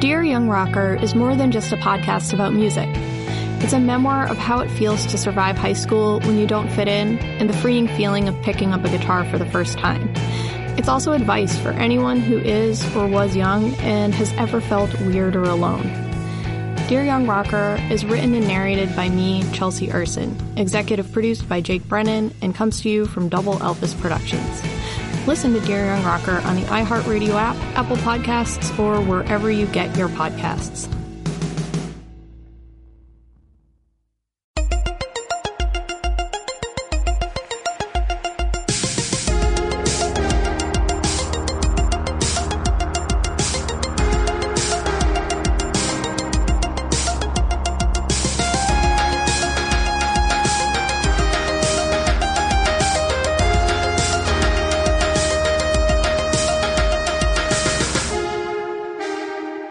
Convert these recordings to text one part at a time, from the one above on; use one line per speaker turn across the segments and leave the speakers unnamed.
Dear Young Rocker is more than just a podcast about music. It's a memoir of how it feels to survive high school when you don't fit in and the freeing feeling of picking up a guitar for the first time. It's also advice for anyone who is or was young and has ever felt weird or alone. Dear Young Rocker is written and narrated by me, Chelsea Erson, executive produced by Jake Brennan, and comes to you from Double Elvis Productions. Listen to Dear Young Rocker on the iHeartRadio app, Apple Podcasts, or wherever you get your podcasts.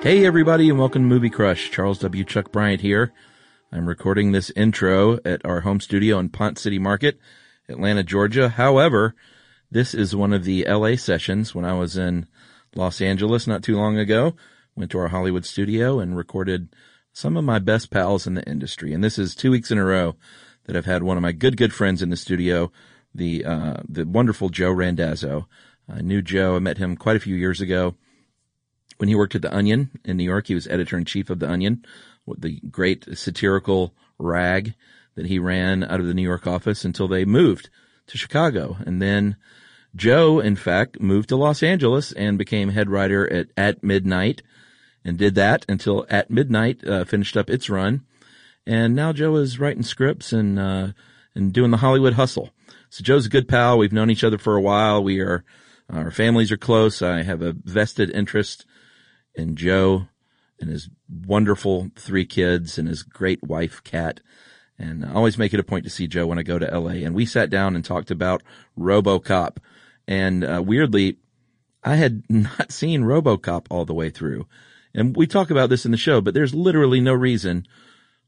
Hey everybody and welcome to Movie Crush. Charles W. Chuck Bryant here. I'm recording this intro at our home studio in Pont City Market, Atlanta, Georgia. However, this is one of the LA sessions when I was in Los Angeles not too long ago. Went to our Hollywood studio and recorded some of my best pals in the industry. And this is two weeks in a row that I've had one of my good, good friends in the studio, the, uh, the wonderful Joe Randazzo. I knew Joe. I met him quite a few years ago when he worked at The Onion in New York, he was editor in chief of The Onion, the great satirical rag that he ran out of the New York office until they moved to Chicago. And then Joe, in fact, moved to Los Angeles and became head writer at At Midnight and did that until At Midnight uh, finished up its run. And now Joe is writing scripts and, uh, and doing the Hollywood hustle. So Joe's a good pal. We've known each other for a while. We are, our families are close. I have a vested interest and Joe and his wonderful three kids and his great wife, Kat. And I always make it a point to see Joe when I go to LA. And we sat down and talked about Robocop. And uh, weirdly, I had not seen Robocop all the way through. And we talk about this in the show, but there's literally no reason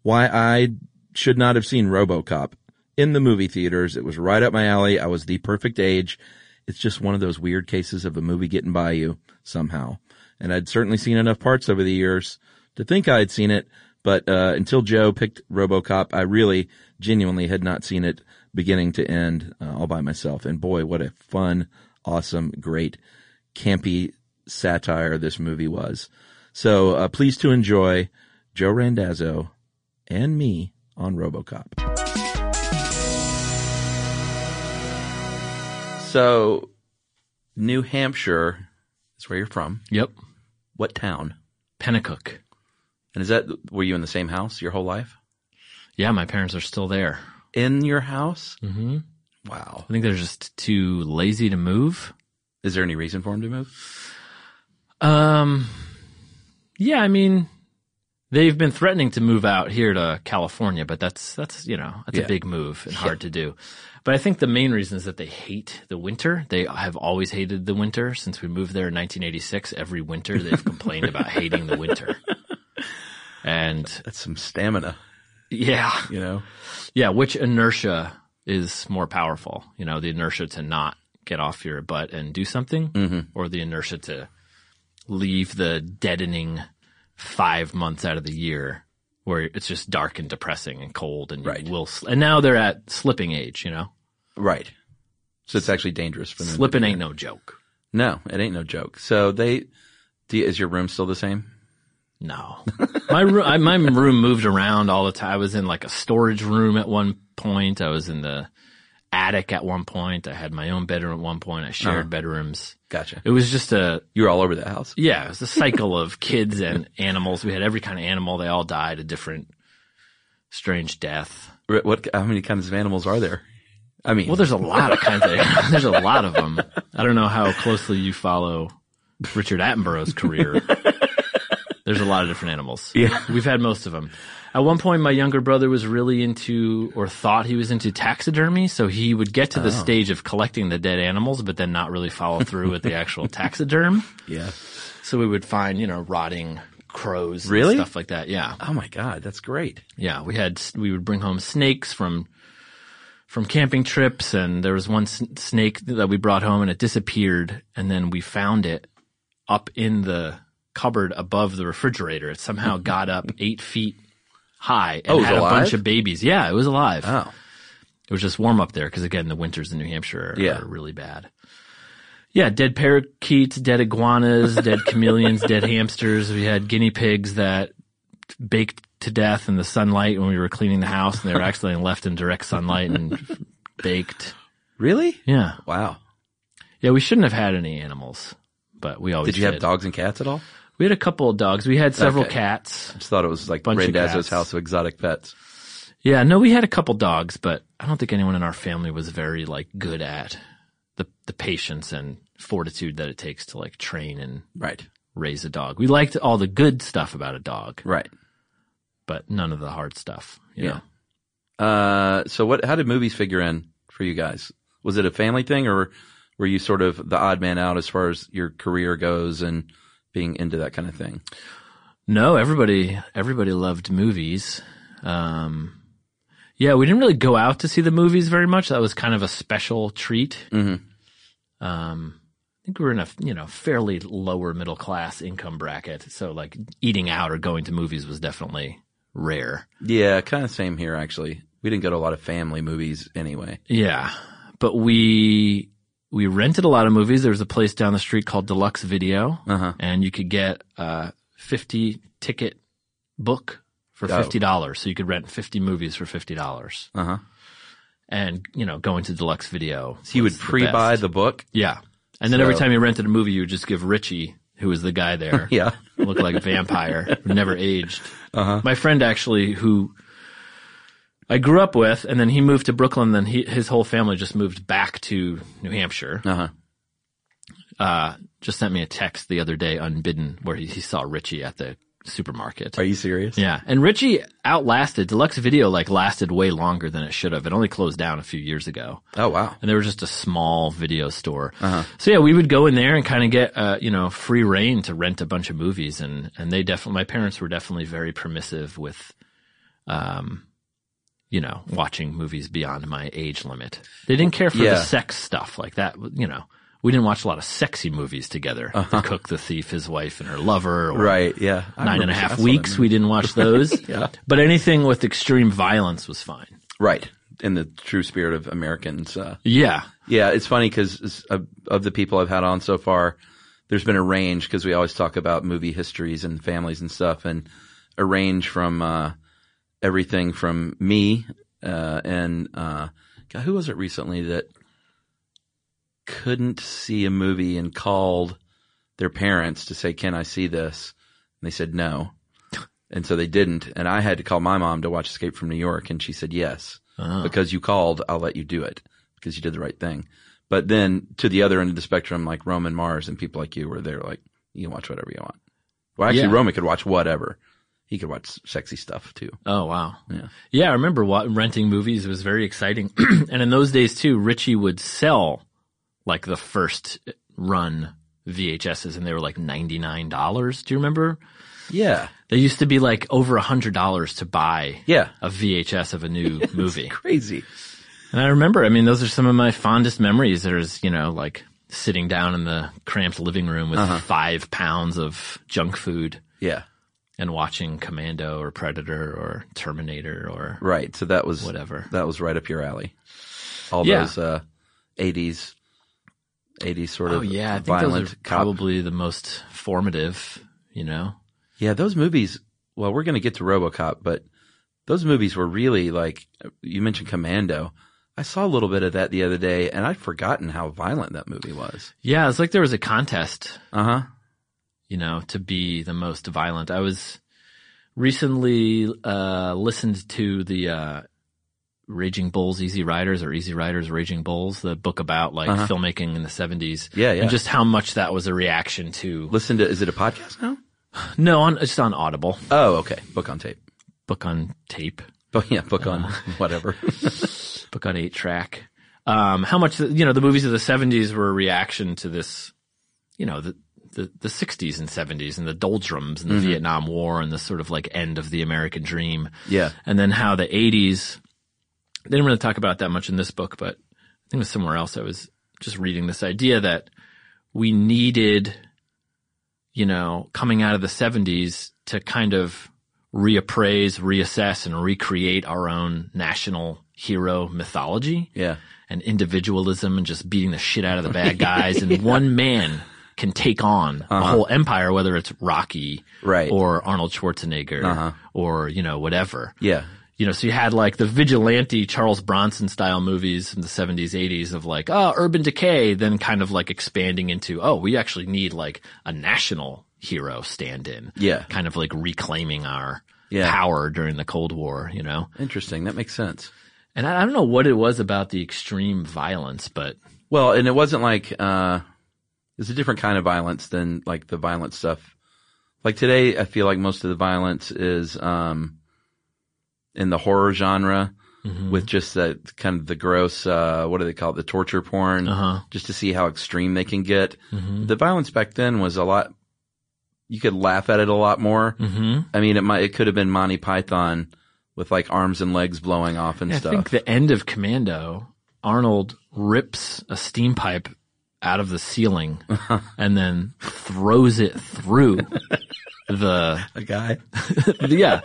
why I should not have seen Robocop in the movie theaters. It was right up my alley. I was the perfect age. It's just one of those weird cases of a movie getting by you somehow and I'd certainly seen enough parts over the years to think I had seen it. But uh, until Joe picked RoboCop, I really, genuinely had not seen it beginning to end uh, all by myself. And boy, what a fun, awesome, great, campy satire this movie was. So uh, please to enjoy Joe Randazzo and me on RoboCop. So, New Hampshire is where you're from.
Yep.
What town?
Pennacook.
And is that were you in the same house your whole life?
Yeah, my parents are still there.
In your house?
Mm-hmm.
Wow.
I think they're just too lazy to move.
Is there any reason for them to move?
Um, yeah, I mean, they've been threatening to move out here to California, but that's that's you know that's
Yeah.
a big move and hard to do. But I think the main reason is that they hate the winter. They have always hated the winter since we moved there in 1986. Every winter they've complained about hating the winter. And
That's some stamina,
yeah,
you know.
Yeah, which inertia is more powerful? You know, the inertia to not get off your butt and do something, or the inertia to leave the deadening five months out of the year where it's just dark and depressing and cold and you
Right.
will. Sl- and now they're at slipping age. You know,
Right. So it's actually dangerous for them. to
slipping
do
ain't
that.
no joke.
No, it ain't no joke. So they do you, is your room still the same?
No, my room, I, my room moved around all the time. I was in like a storage room at one point. I was in the attic at one point. I had my own bedroom at one point. I shared
Uh-huh.
bedrooms.
Gotcha.
It was just a
You were all over that house.
yeah, it was a cycle of kids and animals. We had every kind of animal. They all died a different strange death.
Wh- What how many kinds of animals are there? I mean,
Well, there's a lot of kinds of there's a lot of them. I don't know how closely you follow Richard Attenborough's career. There's a lot of different animals.
Yeah.
We've had most of them. At one point, my younger brother was really into or thought he was into taxidermy. So he would get to the stage of collecting the dead animals, but then not really follow through with the actual taxiderm.
Yeah.
So we would find, you know, rotting crows and
Really?
stuff like that. Yeah.
Oh my God, that's great.
Yeah, we had we would bring home snakes from from camping trips, and there was one s- snake that we brought home, and it disappeared, and then we found it up in the cupboard above the refrigerator. It somehow got up eight feet high and
Oh, it was
had
alive?
a bunch of babies. Yeah, it was alive.
Oh.
It was just warm up there because again, the winters in New Hampshire are,
Yeah.
are really bad. Yeah, dead parakeets, dead iguanas, dead chameleons, dead hamsters. We had guinea pigs that baked to death in the sunlight when we were cleaning the house, and they were actually left in direct sunlight and baked.
Really?
Yeah,
Wow.
yeah. We shouldn't have had any animals, but we always
Did you have dogs and cats at all?
We had a couple of dogs. We had several
Okay.
cats.
Just thought it was like
Bunch of
Randazzo's
cats.
house of exotic pets.
Yeah, no, we had a couple dogs, but I don't think anyone in our family was very like good at the the patience and fortitude that it takes to like train and
Right.
raise a dog. We liked all the good stuff about a dog,
Right.
but none of the hard stuff. You
Yeah.
Know?
Uh, so what? How did movies figure in for you guys? Was it a family thing, or were you sort of the odd man out as far as your career goes and being into that kind of thing?
No, everybody everybody loved movies. Um, yeah, we didn't really go out to see the movies very much. That was kind of a special treat.
Mm-hmm.
Um, I think we were in a you know fairly lower middle class income bracket, so like eating out or going to movies was definitely rare.
Yeah, kind of same here actually. We didn't go to a lot of family movies anyway.
Yeah, but we we rented a lot of movies. There was a place down the street called Deluxe Video,
Uh-huh.
and you could get a fifty ticket book for
Oh.
fifty dollars. So you could rent fifty movies for fifty dollars,
Uh huh.
and you know going to Deluxe Video.
So you would
was the
pre-buy
best.
the book.
yeah, and then every
So-
time you rented a movie, you would just give Richie, who was the guy there,
Yeah.
looked like a vampire, never aged.
Uh-huh.
My friend actually, who I grew up with, and then he moved to Brooklyn. Then he, his whole family just moved back to New Hampshire.
Uh huh.
Uh, just sent me a text the other day, unbidden, where he, he saw Richie at the supermarket.
Are you serious?
Yeah, and Richie outlasted Deluxe Video. Like lasted way longer than it should have. It only closed down a few years ago
Oh wow.
and they were just a small video store.
Uh-huh.
So yeah, we would go in there and kind of get uh, you know free reign to rent a bunch of movies, and and they definitely my parents were definitely very permissive with, um, you know, watching movies beyond my age limit. They didn't care for
Yeah.
the sex stuff like that. You know, we didn't watch a lot of sexy movies together. The Cook, the Thief, his wife and her lover, or
Uh-huh. Right. Yeah. I
Nine and
remember-
a
I
half
saw
weeks.
that movie.
We didn't watch those.
Yeah.
But anything with extreme violence was fine.
Right. In the true spirit of Americans. Uh,
Yeah.
Yeah, it's funny because of, of the people I've had on so far, there's been a range because we always talk about movie histories and families and stuff, and a range from uh, everything from me uh, and uh, God, who was it recently that couldn't see a movie and called their parents to say, "Can I see this?" And they said no, and so they didn't, and I had to call my mom to watch Escape from New York, and she said yes
Uh,
because you called, I'll let you do it because you did the right thing. But then to the other end of the spectrum, like Roman Mars and people like you were there, like you can watch whatever you want. Well, actually,
Yeah.
Roman could watch whatever. He could watch sexy stuff too.
oh wow.
Yeah.
Yeah, I remember wa- renting movies was very exciting. and in those days too, Richie would sell like the first uh, run VHSs and they were like $99. Do you remember?
Yeah.
They used to be like over $100 to buy
Yeah.
a VHS of a new movie.
Crazy.
And I remember, I mean, those are some of my fondest memories. There's, you know, like sitting down in the cramped living room with
Uh-huh.
five pounds of junk food
Yeah.
and watching Commando or Predator or Terminator or
Right. So that was
whatever.
That was right up your alley. All
Yeah.
those uh, 80s, 80s sort
Oh
of
yeah, I think
violent
those are
cop-
probably the most formative. You know,
Yeah, those movies. Well, we're going to get to RoboCop, but those movies were really like you mentioned Commando. I saw a little bit of that the other day, and I'd forgotten how violent that movie was.
yeah, it's like there was a contest.
Uh huh.
You know, to be the most violent. I was recently uh, listened to the uh, Raging Bulls, Easy Riders, or Easy Riders, Raging Bulls, the book about like filmmaking in the 70s.
Yeah, yeah.
And just how much that was a reaction to.
Listen to, is it a podcast now?
No, on, it's on Audible.
Oh, okay. Book on tape.
Book on tape.
But yeah, book on whatever.
book on eight track. Um, how much the, you know the movies of the '70s were a reaction to this, you know the the, the '60s and '70s and the doldrums and the Vietnam War and the sort of like end of the American dream.
Yeah.
and then how the '80s. They didn't really talk about that much in this book, but I think it was somewhere else. I was just reading this idea that we needed, you know, coming out of the '70s to kind of reappraise, reassess, and recreate our own national hero mythology
yeah.
and individualism and just beating the shit out of the bad guys and one man can take on a whole empire whether it's Rocky
Right.
or Arnold Schwarzenegger or you know whatever.
Yeah.
You know, so you had like the vigilante Charles Bronson style movies from the 70s, 80s of like, oh, urban decay, then kind of like expanding into, oh, we actually need like a national hero stand in.
Yeah.
Kind of like reclaiming our
Yeah.
power during the Cold War, you know?
Interesting. That makes sense.
And I, I don't know what it was about the extreme violence, but
Well, and it wasn't like uh it's a different kind of violence than like the violent stuff. Like today I feel like most of the violence is um in the horror genre
Mm-hmm.
with just that kind of the gross uh what do they call it the torture porn
Uh-huh. Mm-hmm.
just to see how extreme they can get. The violence back then was a lot you could laugh at it a lot more.
hmm
I mean it might it could have been Monty Python with like arms and legs blowing off and
I
stuff.
think the end of Commando, Arnold rips a steam pipe out of the ceiling and then throws it through the,
a guy.
yeah,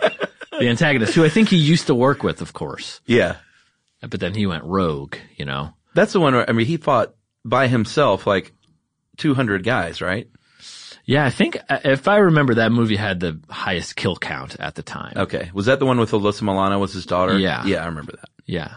the antagonist, who I think he used to work with, of course,
Yeah.
but then he went rogue, you know?
That's the one where, I mean, he fought by himself like 200 guys, right?
Yeah, I think uh, if I remember that movie had the highest kill count at the time.
Okay. Was that the one with Alyssa Milano was his daughter?
Yeah.
Yeah, I remember that.
Yeah.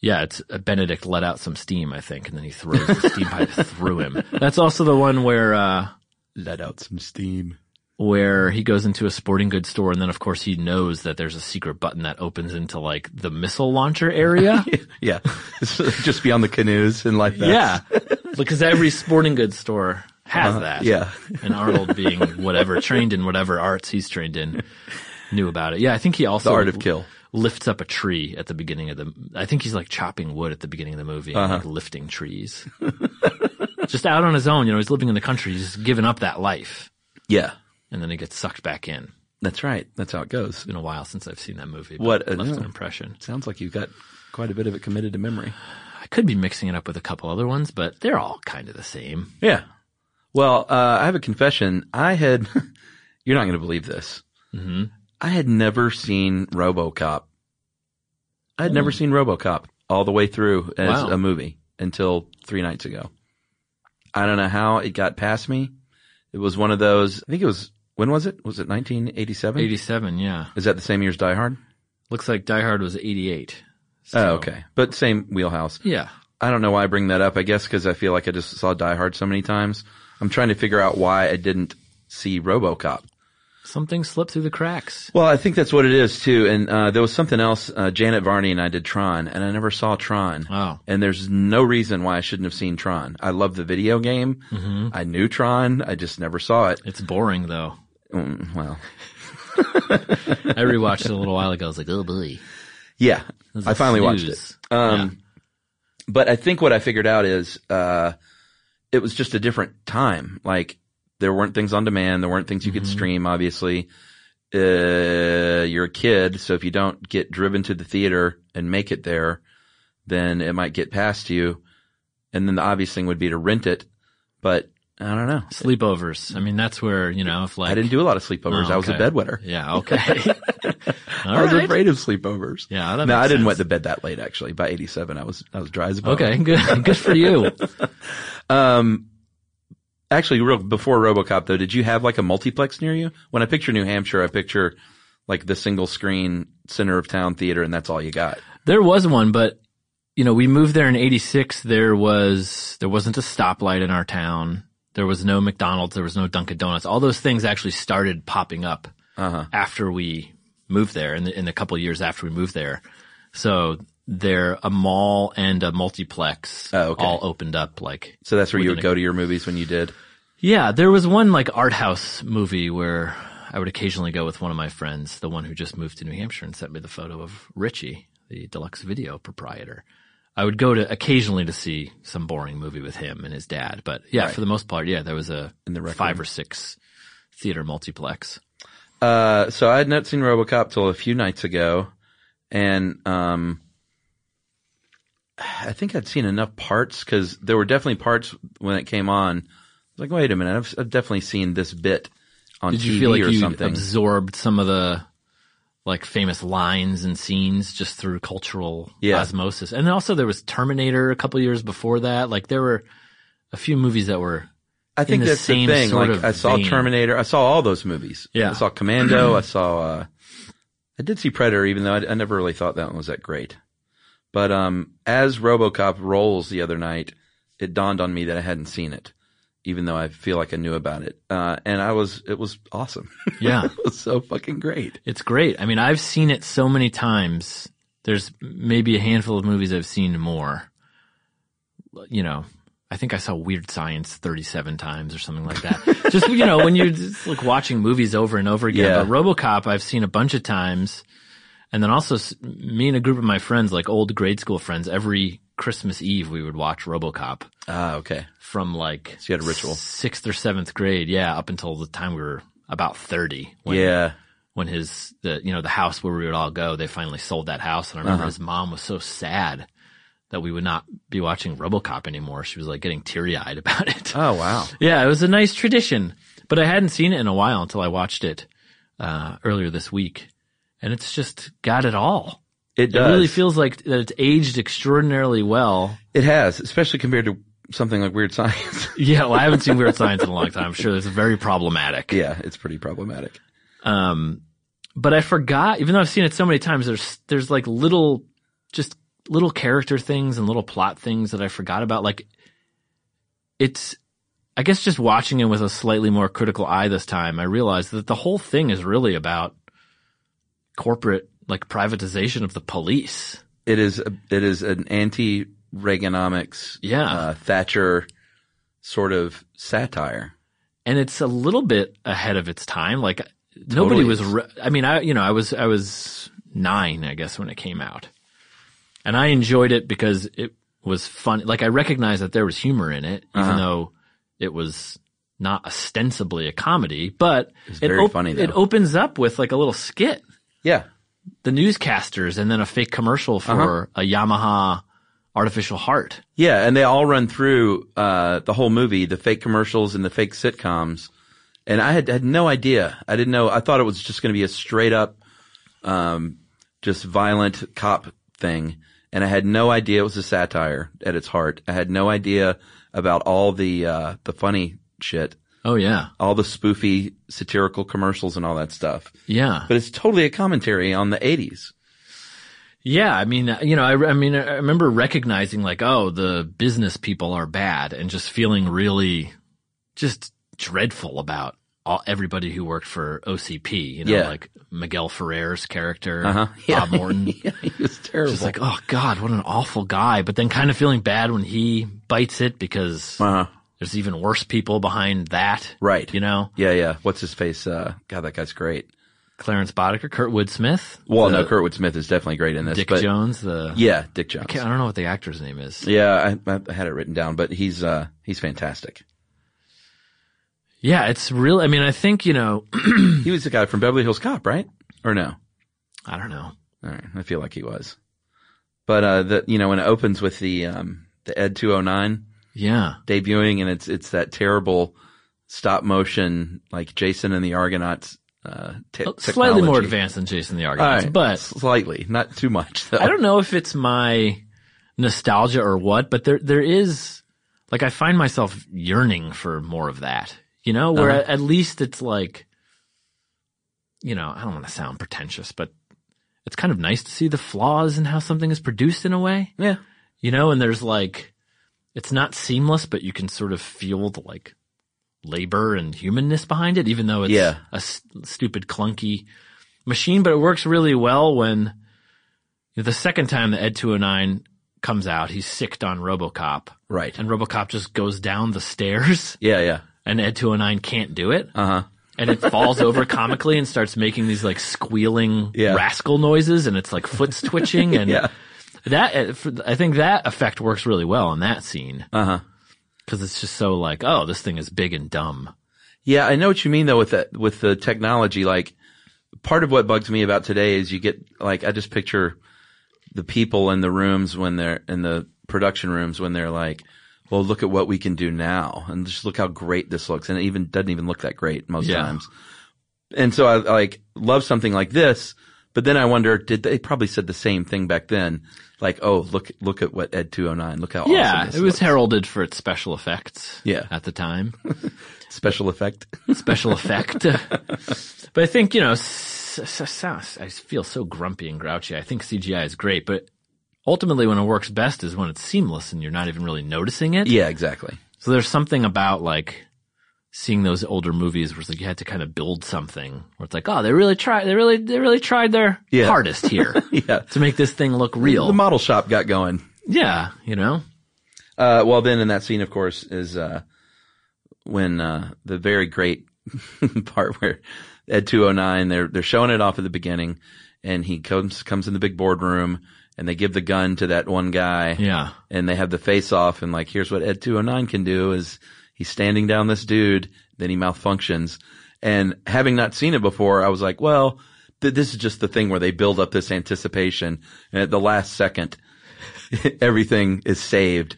Yeah, it's uh, Benedict let out some steam, I think, and then he throws the steam pipe through him. That's also the one where uh
Let out some steam.
where he goes into a sporting goods store and then of course he knows that there's a secret button that opens into like the missile launcher area.
Yeah. Just beyond the canoes and like that.
yeah. Because every sporting goods store has
Uh-huh.
that.
yeah.
And Arnold being whatever trained in whatever arts he's trained in knew about it. Yeah, I think he also
The art of kill.
lifts up a tree at the beginning of the. I think he's like chopping wood at the beginning of the movie, and
Uh-huh.
like lifting trees. just out on his own, you know, he's living in the country, he's just giving up that life,
Yeah.
and then he gets sucked back in.
That's right. That's how it goes.
It's been a while since I've seen that movie. but
What
it
a-
left
no.
an impression?
Sounds like you've got quite a bit of it committed to memory.
I could be mixing it up with a couple other ones, but they're all kind of the same.
Yeah. Well, uh, I have a confession. I had, you're not going to believe this.
Mm-hmm.
I had never seen RoboCop. I had never seen RoboCop all the way through as
Hmm. Wow.
a movie until three nights ago. I don't know how it got past me. It was one of those. I think it was when was it? Was it 1987?
Eighty-seven, yeah.
Is that the same year as Die Hard?
Looks like Die Hard was eighty-eight.
oh,
So-
okay. But same wheelhouse.
Yeah.
I don't know why I bring that up. I guess because I feel like I just saw Die Hard so many times. I'm trying to figure out why I didn't see RoboCop.
Something slipped through the cracks.
Well, I think that's what it is too. And uh, there was something else. Uh, Janet Varney and I did Tron, and I never saw Tron.
Oh.
And there's no reason why I shouldn't have seen Tron. I love the video game.
Mm-hmm.
I knew Tron. I just never saw it.
It's boring though.
Mm, well,
I rewatched it a little while ago. I was like, oh boy.
yeah,
This
I
is
finally watched it.
snooze.
Um, But I think what I figured out is uh, it was just a different time. Like there weren't things on demand. There weren't things you
Mm-hmm.
could stream. Obviously, uh, you're a kid, so if you don't get driven to the theater and make it there, then it might get past you. And then the obvious thing would be to rent it. But I don't know.
Sleepovers. I mean, that's where, you know, if like.
I didn't do a lot of sleepovers.
Oh,
I was a
okay.
bedwetter.
Yeah, okay. All
I was
right.
afraid of sleepovers.
Yeah, that
no,
makes
I didn't
sense.
went to bed that late. Actually, by '87, I was I was dry as a bone.
Okay, good. Good for you.
Um, actually, real before RoboCop though, did you have like a multiplex near you? When I picture New Hampshire, I picture like the single screen center of town theater, and that's all you got.
There was one, but you know, we moved there in '86. There was there wasn't a stoplight in our town. There was no McDonald's. There was no Dunkin' Donuts. All those things actually
Uh-huh.
started popping up after we moved there, in the, in the couple years after we moved there. So they're a mall and a multiplex
Oh, okay.
all opened up like
So that's where you
Within
would
a-
go to your movies when you did.
Yeah, there was one like art house movie where I would occasionally go with one of my friends, the one who just moved to New Hampshire and sent me the photo of Richie, the deluxe video proprietor. I would go to occasionally to see some boring movie with him and his dad, but yeah, for the most part, yeah, there was a
In the rec
five
room.
or six theater multiplex.
Uh, so I had not seen RoboCop till a few nights ago, and um, I think I'd seen enough parts because there were definitely parts when it came on. I was like, wait a minute, I've, I've definitely seen this bit on
Did
TV
you feel like
or
you
something.
absorbed some of the like famous lines and scenes just through cultural
Yeah.
osmosis? And also there was Terminator a couple years before that. Like there were a few movies that were
I think
the
that's the
same
thing.
sort
Like
of
I saw
vein.
Terminator, I saw all those movies.
Yeah.
I saw Commando. I saw. Uh, I did see Predator, even though I, I never really thought that one was that great. But um, as RoboCop rolls the other night, it dawned on me that I hadn't seen it, even though I feel like I knew about it. Uh, and I was, it was awesome.
Yeah.
it was so fucking great.
It's great. I mean, I've seen it so many times. There's maybe a handful of movies I've seen more. You know, I think I saw Weird Science 37 times or something like that. just, you know, when you're just like watching movies over and over again.
Yeah.
But Robocop, I've seen a bunch of times. And then also s- me and a group of my friends, like old grade school friends, every Christmas Eve we would watch Robocop
Ah, okay.
from like
So you had a ritual.
sixth or seventh grade. Yeah. Up until the time we were about 30 when
yeah.
when his the you know the house where we would all go they finally sold that house and i remember his mom was so sad that we would not be watching robocop anymore she was like getting teary-eyed about it
Oh wow.
yeah it was a nice tradition but i hadn't seen it in a while until i watched it uh, earlier this week and it's just got it all
It
it
does.
really feels like that it's aged extraordinarily well
it has, especially compared to something like Weird Science.
yeah well i haven't seen weird science in a long time i'm sure it's very problematic
yeah, it's pretty problematic.
Um, but I forgot, even though I've seen it so many times, there's, there's like little, just little character things and little plot things that I forgot about. Like it's, I guess just watching it with a slightly more critical eye this time, I realized that the whole thing is really about corporate, like privatization of the police.
It is a, it is an anti Reaganomics,
Yeah.
uh, Thatcher sort of satire.
and it's a little bit ahead of its time. Like nobody
Totally
was.
is.
Re- I mean, I you know I was I was nine, I guess, when it came out, and I enjoyed it because it was fun. Like I recognized that there was humor in it,
Uh-huh.
even though it was not ostensibly a comedy. But
It's
it
very
op-
funny, though.
It opens up with like a little skit,
Yeah,
the newscasters, and then a fake commercial for
Uh-huh.
a Yamaha artificial heart.
yeah, and they all run through uh, the whole movie, the fake commercials and the fake sitcoms. And I had had no idea. I didn't know. I thought it was just going to be a straight up, um, just violent cop thing. And I had no idea it was a satire at its heart. I had no idea about all the uh, the funny shit,
Oh yeah,
all the spoofy satirical commercials and all that stuff.
yeah.
but it's totally a commentary on the 80s.
Yeah, I mean, uh, you know, I, re- I mean, I remember recognizing like, oh, the business people are bad, and just feeling really, just dreadful about all everybody who worked for OCP. You know,
Yeah.
like Miguel Ferrer's character,
Uh-huh.
Bob Morton.
yeah, it was terrible.
Just like, oh God, what an awful guy. But then kind of feeling bad when he bites it because
uh-huh.
there's even worse people behind that.
Right.
"Oh, You know,
Yeah, yeah. What's his face? Uh, God, that guy's great.
Clarence Boddicker, Kurtwood Smith.
Well,
the
no, Kurtwood Smith is definitely great in this.
Dick
but
Jones, the
Yeah, Dick
I,
Jones.
can't, I don't know what the actor's name is.
Yeah, I, I had it written down, but he's uh, he's fantastic.
Yeah, it's real. I mean, I think, you know,
He was the guy from Beverly Hills Cop, right? Or no?
I don't know.
All right, I feel like he was. But uh, the you know when it opens with the um, the Ed 209
Yeah.
debuting, and it's it's that terrible stop motion like Jason and the Argonauts. Uh, te-
Slightly more
technology.
advanced than Jason the
All
Argonauts,
right.
but
slightly, not too much. Though.
I don't know if it's my nostalgia or what, but there, there is, like, I find myself yearning for more of that, you know, where
Uh-huh.
at, at least it's like, you know, I don't want to sound pretentious, but it's kind of nice to see the flaws in how something is produced in a way,
Yeah,
you know, and there's like, it's not seamless, but you can sort of feel the like labor and humanness behind it, even though it's
Yeah.
a s- stupid, clunky machine. But it works really well when, You know, the second time the Ed 209 comes out, he's sicked on RoboCop,
Right.
and RoboCop just goes down the stairs,
Yeah, yeah.
and Ed 209 can't do it.
Uh-huh.
Uh huh. And it falls over comically and starts making these like squealing
Yeah.
rascal noises, and it's like foot's twitching, and
Yeah.
that uh, for- I think that effect works really well in that scene. Uh huh. Because it's just so like, oh, this thing is big and dumb.
Yeah, I know what you mean though with that with the technology. Like part of what bugs me about today is you get like I just picture the people in the rooms when they're in the production rooms when they're like, Well, look at what we can do now and just look how great this looks and it even doesn't even look that great most
Yeah.
times. And so I like love something like this, but then I wonder, did they probably said the same thing back then? Like, oh, look, look at what Ed 209, look how
yeah,
awesome this
it was
looks.
heralded for its special effects.
Yeah.
at the time,
special effect.
special effect. but I think you know, s- s- s- I feel so grumpy and grouchy. I think CGI is great, but ultimately, when it works best is when it's seamless and you're not even really noticing it.
yeah, exactly.
So there's something about like seeing those older movies where it's like you had to kind of build something where it's like, oh, they really tried, they really, they really tried their
Yeah.
hardest here
Yeah.
to make this thing look real.
The model shop got going.
yeah, you know,
Uh, well, then in that scene, of course, is uh, when uh, the very great part where at 209 they're they're showing it off at the beginning, and he comes comes in the big boardroom, and they give the gun to that one guy,
yeah,
and they have the face off and like here's what ed 209 can do is he's standing down this dude then he malfunctions and having not seen it before i was like well th- this is just the thing where they build up this anticipation and at the last second everything is saved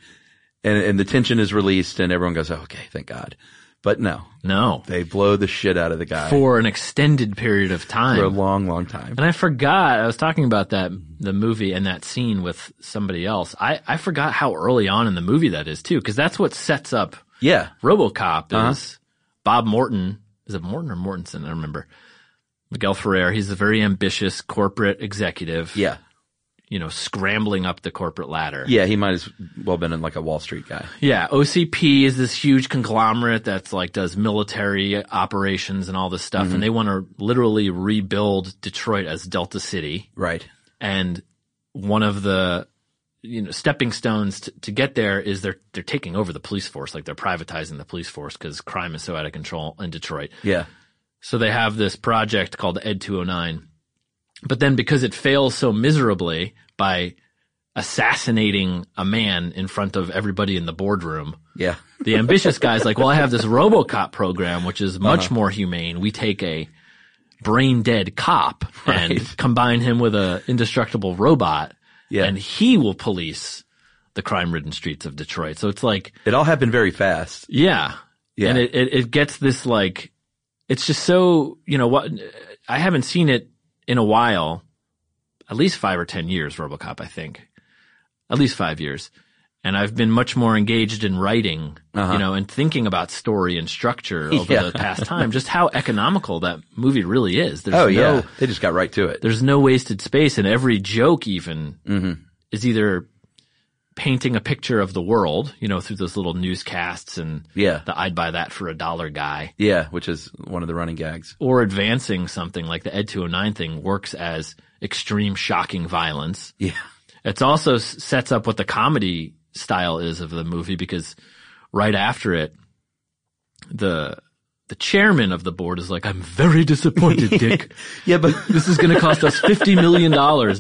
and, and the tension is released and everyone goes okay thank god but no
no,
they blow the shit out of the guy
for an extended period of time.
for a long long time
and I forgot I was talking about that the movie and that scene with somebody else. I I forgot how early on in the movie that is too, because that's what sets up
yeah
RoboCop
Uh-huh.
is Bob Morton. Is it Morton or Mortensen? I remember. Miguel Ferrer. He's a very ambitious corporate executive.
yeah
You know, scrambling up the corporate ladder.
yeah he might as well been in like a wall street guy
Yeah, OCP is this huge conglomerate that's like does military operations and all this stuff,
Mm-hmm.
and they want to literally rebuild Detroit as Delta City.
right
And one of the you know stepping stones to, to get there is they're they're taking over the police force, like they're privatizing the police force because crime is so out of control in Detroit.
yeah
So they have this project called Ed 209. But then because it fails so miserably by assassinating a man in front of everybody in the boardroom,
yeah
the ambitious guy's like, well, I have this RoboCop program, which is much
Uh-huh.
more humane. We take a brain dead cop and
Right.
combine him with a indestructible robot
Yeah.
and he will police the crime ridden streets of Detroit. So it's like,
it all happened very fast
yeah.
Yeah.
And it, it, it gets this like, it's just so, you know what, I haven't seen it in a while, at least five or 10 years, Robocop, I think. At least five years. And I've been much more engaged in writing, you know, and thinking about story and structure over
Uh-huh. Yeah.
the past time, just how economical that movie really is. There's
Oh
no,
yeah, they just got right to it.
there's no wasted space and every joke even
Mm-hmm.
is either painting a picture of the world, you know, through those little newscasts and
Yeah.
the I'd buy that for a dollar guy
Yeah, which is one of the running gags.
or advancing something like the Ed 209 thing works as extreme shocking violence.
Yeah,
It's also s- sets up what the comedy style is of the movie because right after it, the, the chairman of the board is like, I'm very disappointed, Dick.
yeah, but
this is going to cost us $50 million.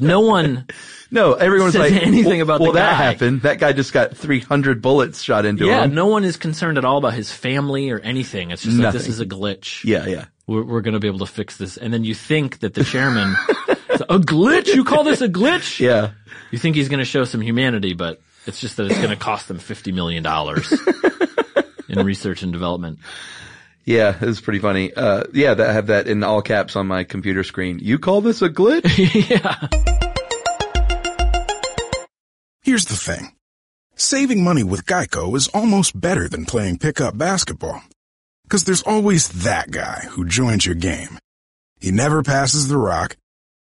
No one
no, everyone's
Says
like
anything
well,
about
well,
the
that
guy.
happened. That guy just got 300 bullets shot into
Yeah,
him.
no one is concerned at all about his family or anything. It's just like this
Nothing.
is a glitch.
Yeah, yeah,
We're, we're going to be able to fix this. And then you think that the chairman, It's a glitch? You call this a glitch?
yeah.
You think he's going to show some humanity, but it's just that it's going to cost them $50 million in research and development.
Yeah, it was pretty funny. Uh, yeah, that I have that in all caps on my computer screen. You call this a glitch?
Here's the thing. Saving money with Geico is almost better than playing pickup basketball. Cause there's always that guy who joins your game. He never passes the rock.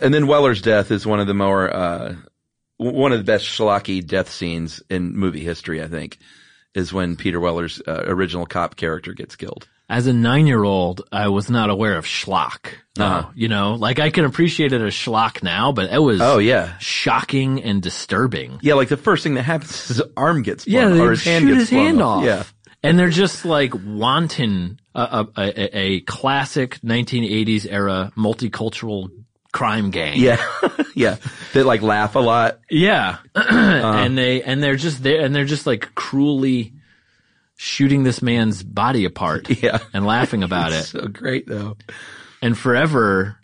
And then Weller's death is one of the more, uh, w- one of the best schlocky death scenes in movie history, I think, is when Peter Weller's uh, original cop character gets killed.
As a nine year old, I was not aware of schlock. No.
Uh-huh.
You know, like I can appreciate it as schlock now, but it was
Oh, yeah.
shocking and disturbing.
Yeah, like the first thing that happens is his arm gets blown
Yeah,
off,
they
or his hand
shoot
gets
his
blown
hand
off.
off.
Yeah.
And they're just like wanton, a, a, a, a classic 1980s era multicultural crime gang.
Yeah. yeah. They like laugh a lot.
Yeah.
Uh.
and they, and they're just there and they're just like cruelly shooting this man's body apart
Yeah.
and laughing about it.
So great though.
And forever,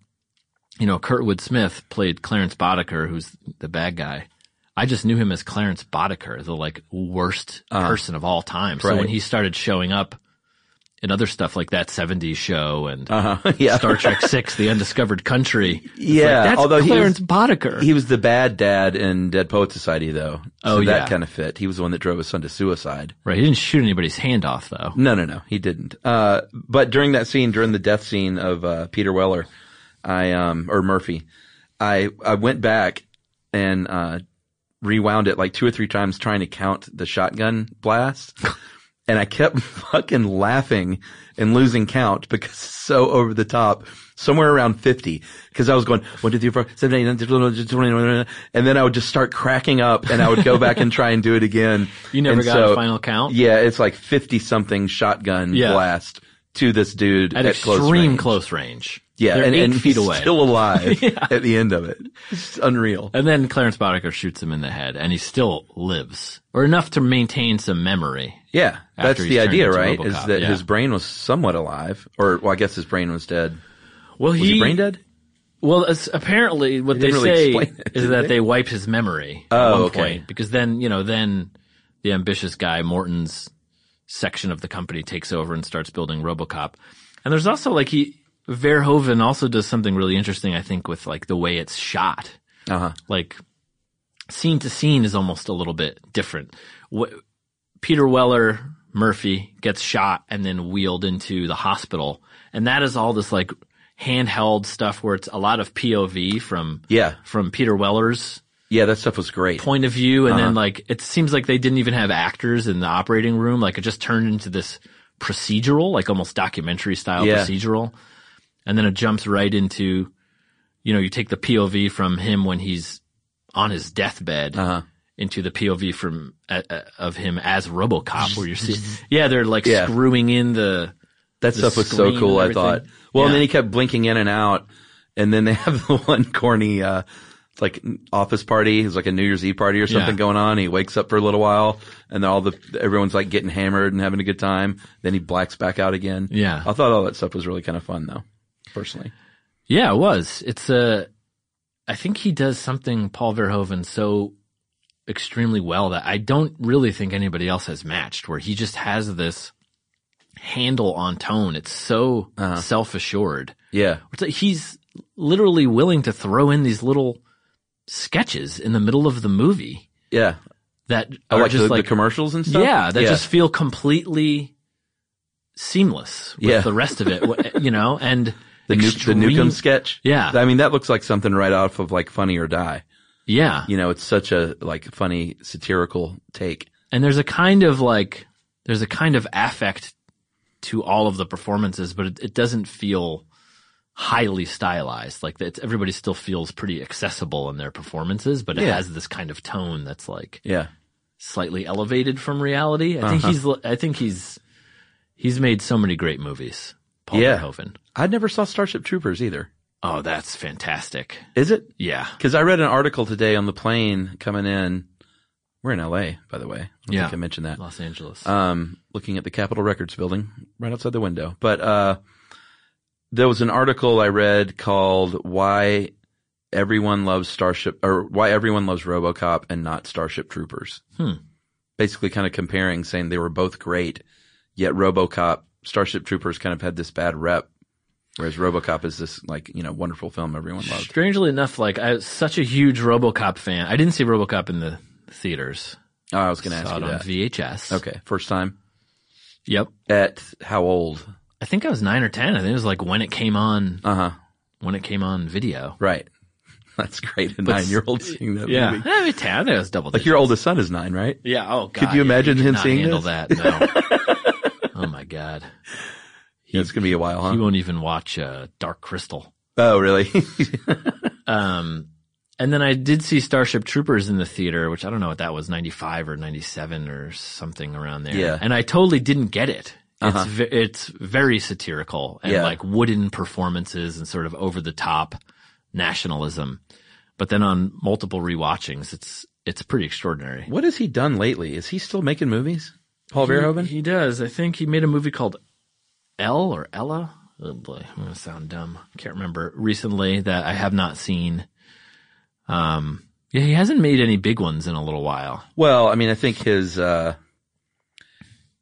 you know, Kurtwood Smith played Clarence Boddicker, who's the bad guy. I just knew him as Clarence Boddicker, the like worst person of all time. So
Uh-huh. Right.
when he started showing up in other stuff like that 70s show and
Uh, Uh-huh. Yeah.
Star Trek Six, The Undiscovered Country. it's like,
Yeah,
that's
although he
Clarence
was-
Boddicker.
He was the bad dad in Dead Poet Society though. So
Oh,
that
yeah.
kind of fit. He was the one that drove his son to suicide.
right, he didn't shoot anybody's hand off though.
No, no, no, he didn't. Uh, but during that scene, during the death scene of uh, Peter Weller, I um or Murphy, I I went back and uh, rewound it like two or three times trying to count the shotgun blast, and I kept fucking laughing and losing count because it's so over the top. Somewhere around fifty, because I was going one, two, three, four, seven, eight, nine, 10, 11, 12, 13, 14, and then I would just start cracking up, and I would go back and try and do it again.
You never
And
got a final count?
Yeah, it's like fifty something shotgun
Yeah.
blast to this dude
At,
at,
extreme
close range.
close range.
Yeah,
They're
and,
eight
and
feet
he's
away.
still alive at the end of it. It's unreal.
and then Clarence Boddicker shoots him in the head, and he still lives, or enough to maintain some memory.
Yeah,
After
that's
he's
the
turned
idea,
into
right? Is
RoboCop,
that
yeah.
his brain was somewhat alive, or well, I guess his brain was dead.
Well,
Was he, brain dead?
Well, it's, apparently what
They
they,
didn't really
say
explain it,
is
did
that
they?
they wiped his memory
Oh,
at one
okay.
point because then you know then the ambitious guy Morton's section of the company takes over and starts building RoboCop, and there's also like he Verhoeven also does something really interesting I think with like the way it's shot,
Uh huh.
like scene to scene is almost a little bit different. Wh- Peter Weller Murphy gets shot and then wheeled into the hospital, and that is all this like handheld stuff where it's a lot of POV from
Yeah,
from Peter Weller's
yeah, that stuff was great.
point of view, and
Uh-huh.
then like it seems like they didn't even have actors in the operating room. Like it just turned into this procedural, like almost documentary style
Yeah.
procedural, and then it jumps right into, you know, you take the POV from him when he's on his deathbed
Uh-huh.
into the POV from uh, uh, of him as RoboCop, where you're seeing, yeah, they're like
Yeah.
screwing in the.
That
the
stuff was so
screen
cool. I
and
thought.
everything.
Well, and
Yeah.
then he kept blinking in and out, and then they have the one corny, uh, it's like an office party. It's like a New Year's Eve party or something
Yeah.
going on. He wakes up for a little while, and then all the everyone's like getting hammered and having a good time. Then he blacks back out again.
Yeah.
I thought all that stuff was really kind of fun, though. Personally,
Yeah, it was. It's a. I think he does something Paul Verhoeven so extremely well that I don't really think anybody else has matched. Where he just has this handle on tone. It's so
Uh-huh.
self assured.
yeah,
He's literally willing to throw in these little sketches in the middle of the movie
yeah.
that
I
are
Oh, like
just
the,
like
the commercials and stuff.
yeah, that just feel completely seamless with
Yeah.
the rest of it. wh- you know, and
the, nu- the
extreme-
Nukem sketch.
Yeah.
I mean that looks like something right off of like Funny or Die.
Yeah,
You know, it's such a like funny satirical take.
and there's a kind of like there's a kind of affect to all of the performances, but it, it doesn't feel highly stylized. Like it's, everybody still feels pretty accessible in their performances, but it
Yeah.
has this kind of tone that's like
Yeah.
slightly elevated from reality. I think
Uh-huh.
he's I think he's he's made so many great movies. Paul
Yeah.
Verhoeven.
I never saw Starship Troopers either.
Oh, that's fantastic.
Is it?
Yeah.
Because I read an article today on the plane coming in. We're in L.A. by the way. I don't
Yeah.
think I mentioned that.
Los Angeles.
um, looking at the Capitol Records building right outside the window. But uh, there was an article I read called "Why Everyone Loves Starship" or "Why Everyone Loves RoboCop and Not Starship Troopers."
Hmm.
Basically, kind of comparing, saying they were both great, yet RoboCop, Starship Troopers, kind of had this bad rep, whereas RoboCop is this like you know wonderful film everyone loved.
Strangely enough, like I was such a huge RoboCop fan. I didn't see RoboCop in the theaters.
Oh, I was going to ask
Saw
you
it on
that.
VHS.
okay, first time
Yep.
at how old?
I think I was nine or ten. I think it was like when it came on.
Uh huh.
When it came on video.
Right. That's great. A nine-year-old seeing that
Yeah.
movie.
I, mean, ten, I think it was double.
Like your oldest son is nine, right?
Yeah. Oh God.
Could you
yeah,
imagine
he
him
cannot
seeing
handle
this?
that? No. oh my God.
Yeah, it's gonna be a while,
He
huh?
won't even watch uh, Dark Crystal.
Oh, really?
Um, and then I did see Starship Troopers in the theater, which I don't know what that was, 95 or 97 or something around there.
Yeah. Uh-huh.
And I totally didn't get it. It's, ve- it's very satirical and
Yeah.
like wooden performances and sort of over the top nationalism. But then on multiple rewatchings, it's, it's pretty extraordinary.
what has he done lately? Is he still making movies? Paul Verhoeven?
He, he does. I think he made a movie called L or Ella. Oh boy, I'm gonna sound dumb. Can't remember recently that I have not seen. Um, yeah, he hasn't made any big ones in a little while.
well, I mean, I think his uh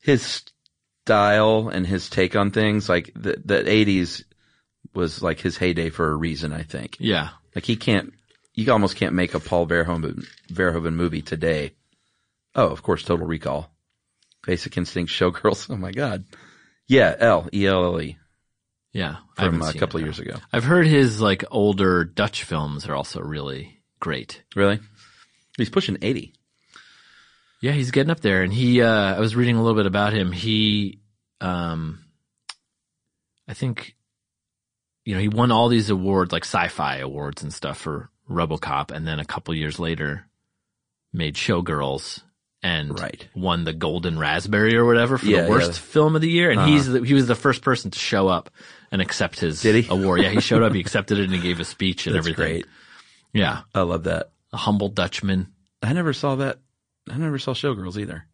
his style and his take on things, like the the eighties was like his heyday for a reason, I think.
Yeah,
Like he can't you almost can't make a Paul Verhoeven Verhoeven movie today. Oh, of course, Total Recall. Basic Instinct, Showgirls. Oh my God. Yeah, L, E L L E
yeah. I haven't
from a
seen
couple
it,
of
though.
years ago.
I've heard his like older Dutch films are also really great.
Really? He's pushing 80.
Yeah, he's getting up there, and he. Uh, I was reading a little bit about him. He, um, I think, you know, he won all these awards, like sci-fi awards and stuff for RoboCop, and then a couple years later, made Showgirls and
Right.
won the Golden Raspberry or whatever for
Yeah, yeah. Uh-huh.
the worst film of the year. And he's the, he was the first person to show up and accept his
Did he?
award. Yeah, he showed up, he accepted it, and he gave a speech and
That's
everything.
great.
Yeah,
I love that.
a humble Dutchman.
I never saw that. I never saw Showgirls either.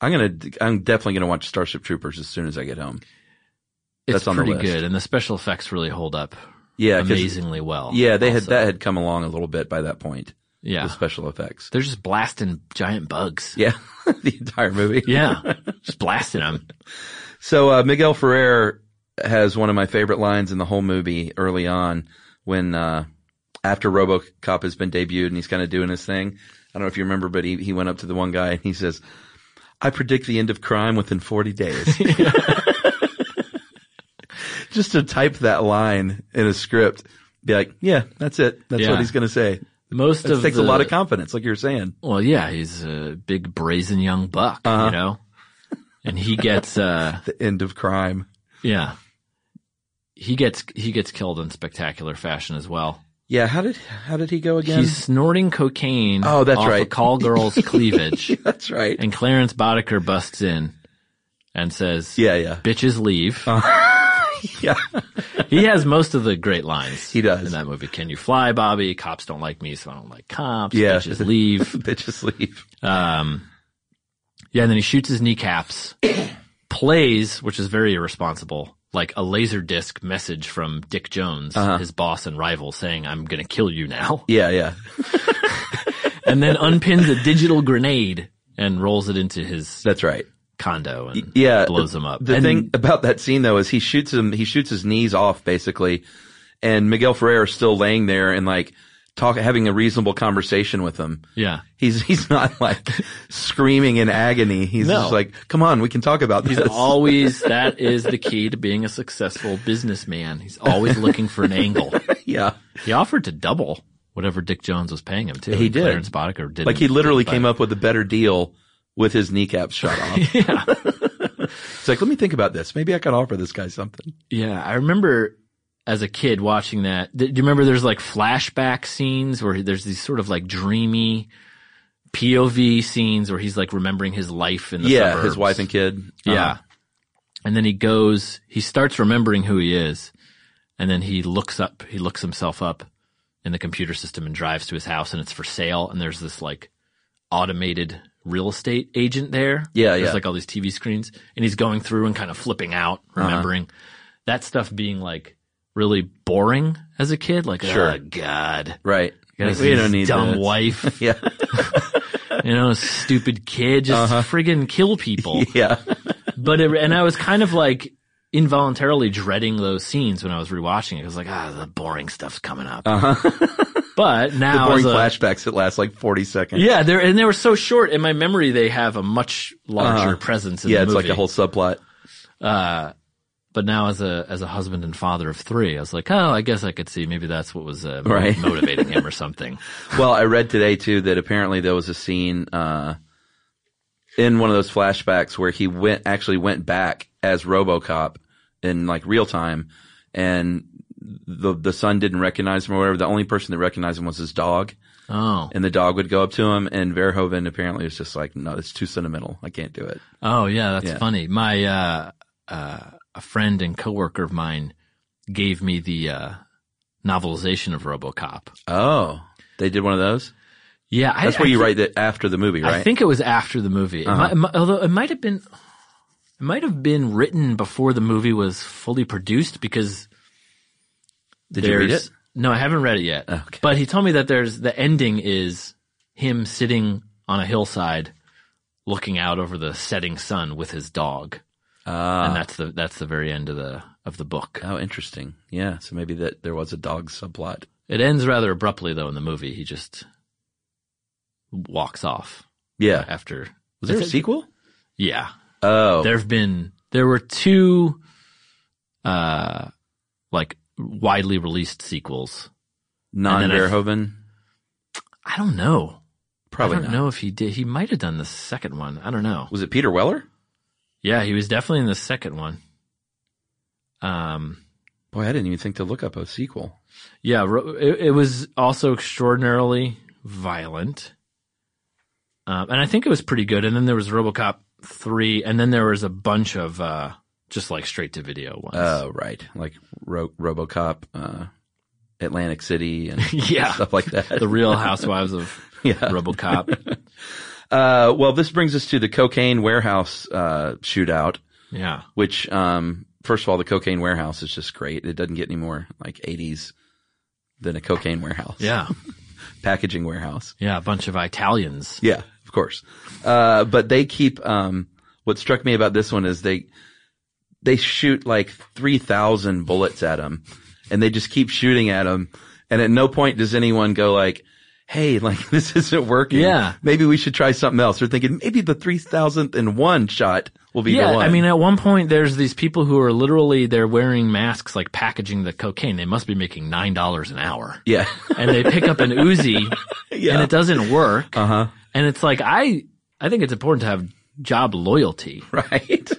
I'm gonna. I'm definitely gonna watch Starship Troopers as soon as I get home.
It's
That's on the
pretty
list.
good, and the special effects really hold up
Yeah, 'cause-
amazingly well.
Yeah, they had
also.
that had come along a little bit by that point.
Yeah,
The special effects.
they're just blasting giant bugs.
Yeah, the entire movie.
Yeah, just blasting them.
So uh, Miguel Ferrer has one of my favorite lines in the whole movie early on when uh, after RoboCop has been debuted and he's kind of doing his thing. I don't know if you remember, but he he went up to the one guy and he says, "I predict the end of crime within 40 days." Just to type that line in a script, be like, "Yeah, that's it. That's
Yeah.
what he's going to say."
Most
It
of
takes
the,
a lot of confidence, like you're saying.
well, yeah, he's a big brazen young buck,
Uh-huh.
you know, and he gets uh,
The end of crime.
yeah, he gets he gets killed in spectacular fashion as well.
Yeah, how did how did he go again?
He's snorting cocaine.
Oh, that's
off
right.
A call girl's cleavage,
that's right.
and Clarence Boddicker busts in and says,
Yeah, Uh-huh. yeah,
bitches leave."
yeah.
he has most of the great lines.
He does.
in that movie. Can you fly, Bobby? Cops don't like me, so I don't like cops.
Yeah.
bitches leave.
Bitches leave.
Um, yeah, and then he shoots his kneecaps, plays, which is very irresponsible, like a laser disc message from Dick Jones,
Uh-huh.
his boss and rival, saying, "I'm gonna kill you now,"
Yeah, yeah.
and then unpins a digital grenade and rolls it into his
That's right.
condo and
Yeah,
blows him up.
The
And-
thing about that scene though is he shoots him. He shoots his knees off basically, and Miguel Ferrer is still laying there and like talk, having a reasonable conversation with him.
yeah.
He's he's not like screaming in agony. He's
No.
just like, come on, we can talk about
He's
this.
always that is the key to being a successful businessman. He's always looking for an angle.
yeah,
He offered to double whatever Dick Jones was paying him too.
He
and
did.
Clarence Boddicker did.
like he literally came up with a better deal with his kneecaps shot off. yeah. It's like, let me think about this. Maybe I could offer this guy something.
Yeah, I remember as a kid watching that. Th- Do you remember? There's like flashback scenes where there's these sort of like dreamy POV scenes where he's like remembering his life in the
yeah,
suburbs.
his wife and kid.
Yeah.
Uh,
Uh-huh. And then he goes, he starts remembering who he is. And then he looks up, he looks himself up in the computer system and drives to his house and it's for sale. And there's this like automated real estate agent there.
Yeah,
There's
yeah.
like all these TV screens, and he's going through and kind of flipping out, remembering that stuff being like really boring as a kid. Like, oh god,
Right.
Like,
Like,
we don't need dumb
that.
wife,
Yeah.
you know, stupid kid, just friggin' kill people.
Yeah.
But it, and I was kind of like involuntarily dreading those scenes when I was rewatching it. I was like, ah, the boring stuff's coming up.
Uh-huh.
But
Uh, The
now,
boring
as a-
flashbacks that last like 40 seconds.
yeah, they're and they were so short. In my memory, they have a much larger
Uh-huh.
presence. In
Yeah,
the
it's like
movie. Uh,
a whole subplot.
But now, as a as a husband and father of three, I was like, oh, I guess I could see maybe that's what was uh,
Right.
motivating him or something.
Well, I read today too that apparently there was a scene uh, in one of those flashbacks where he went actually went back as RoboCop in like real time, and the the son didn't recognize him or whatever. The only person that recognized him was his dog,
Oh,
and the dog would go up to him, and Verhoeven apparently was just like, "No, it's too sentimental. I can't do it."
oh yeah, that's
Yeah.
funny. My uh, uh, a friend and coworker of mine gave me the uh, novelization of RoboCop.
Oh, they did one of those.
Yeah, I-
That's
I,
where you
thi-
write Uh-huh. that after the movie, right?
I think it was after the movie. It mi- it mi- although it might have been, it might have been written before the movie was fully produced because
did you read
there's-
it? Oh,
No, I haven't read it yet.
Okay.
But he told me that there's the ending is him sitting on a hillside, looking out over the setting sun with his dog, and
Ah,
that's the that's the very end of the of the book.
oh, interesting. Yeah, so maybe that there was a dog subplot.
It ends rather abruptly though in the movie. He just walks off
Yeah,
after.
was there a sequel?
Yeah,
Oh,
there have been there were two uh like widely released sequels
non
And then I-
Verhoeven.
i don't know
Probably
i don't
not.
know if he did he might have done the second one i don't know
Was it Peter Weller?
yeah he was definitely in the second one um
Boy, I didn't even think to look up a sequel.
yeah ro- it, it was also extraordinarily violent um, and i think it was pretty good and then there was robocop 3 and then there was a bunch of uh just like straight to video ones
Oh, right, like Ro- RoboCop, uh, Atlantic City, and
Yeah.
stuff like that.
the real housewives of
Yeah.
robocop
uh, well, this brings us to the cocaine warehouse uh, shootout,
yeah
which um, first of all, the cocaine warehouse is just great. It doesn't get any more like '80s than a cocaine warehouse,
Yeah.
packaging warehouse.
Yeah. A bunch of Italians.
Yeah, of course. Uh, but they keep, um, what struck me about this one is they, they shoot like 3,000 bullets at him and they just keep shooting at him. And at no point does anyone go like, Hey, like this isn't working.
Yeah.
Maybe we should try something else. They're thinking maybe the 3,001 shot will be
Yeah.
the one.
I mean, at one point, there's these people who are literally, they're wearing masks, like packaging the cocaine. They must be making $9 an hour.
yeah.
And they pick up an Uzi
Yeah.
and it doesn't work. Uh huh. And it's like, I, I think it's important to have job loyalty,
right.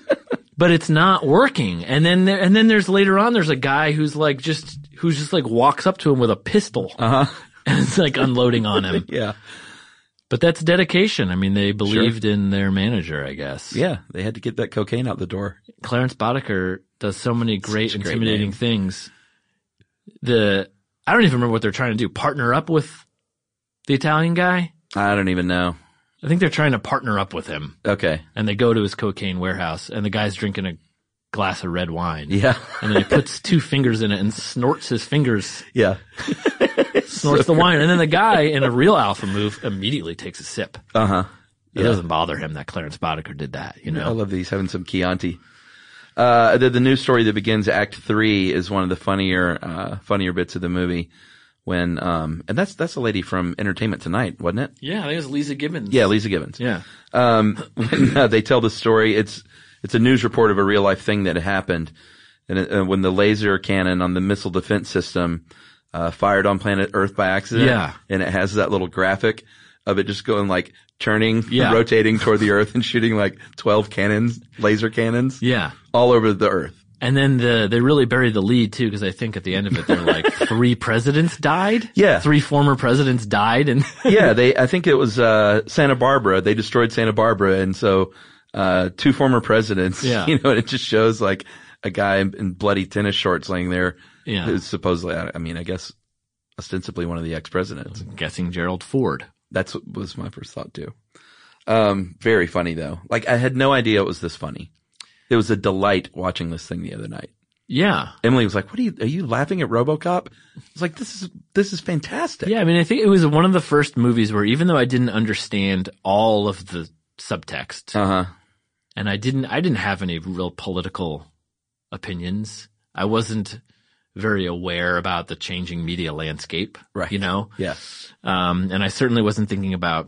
but it's not working. And then, there, and then there's later on, there's a guy who's like, just, who's just like walks up to him with a pistol.
Uh-huh.
Uh huh. And it's like unloading on him.
yeah.
But that's dedication. I mean, they believed in their manager, I guess.
Yeah. They had to get that cocaine out the door.
Clarence Boddicker does so many great,
Such a great
intimidating
name.
things. The I don't even remember what they're trying to do. Partner up with the Italian guy.
I don't even know.
I think they're trying to partner up with him,
Okay.
and they go to his cocaine warehouse, and the guy's drinking a glass of red wine.
Yeah.
And then he puts two fingers in it and snorts his fingers,
Yeah.
snorts the wine. And then the guy in a real alpha move immediately takes a sip.
Uh huh.
It doesn't bother him that Clarence Boddicker did that, you
I
know?
love these having some Chianti. Uh, the, the news story that begins Act Three is one of the funnier, uh, funnier bits of the movie. When um, and that's that's a lady from Entertainment Tonight, wasn't it?
Yeah, I think it was Lisa Gibbons.
Yeah, Lisa Gibbons.
Yeah.
Um, when, uh, they tell the story. It's it's a news report of a real life thing that happened, and it, uh, when the laser cannon on the missile defense system uh, fired on planet Earth by accident.
Yeah.
and it has that little graphic of it just going like turning,
Yeah.
rotating toward the Earth, and shooting like twelve cannons, laser cannons.
Yeah.
all over the Earth.
And then the they really bury the lead too because I think at the end of it they're like three presidents died.
Yeah.
three former presidents died, and
yeah, they. I think it was uh, Santa Barbara. They destroyed Santa Barbara, and so uh, two former presidents.
Yeah.
you know, and it just shows like a guy in, in bloody tennis shorts laying there.
Yeah.
who's supposedly. I I mean, I guess ostensibly one of the ex presidents.
guessing Gerald Ford.
That's what was my first thought too. Um, very funny though. Like I had no idea it was this funny. It was a delight watching this thing the other night.
Yeah.
Emily was like, "What are you? Are you laughing at RoboCop?" I was like, "This is this is fantastic."
Yeah, I mean, I think it was one of the first movies where even though I didn't understand all of the subtext
Uh huh.
and I didn't I didn't have any real political opinions. I wasn't very aware about the changing media landscape,
Right.
you know?
Yeah.
Um, and I certainly wasn't thinking about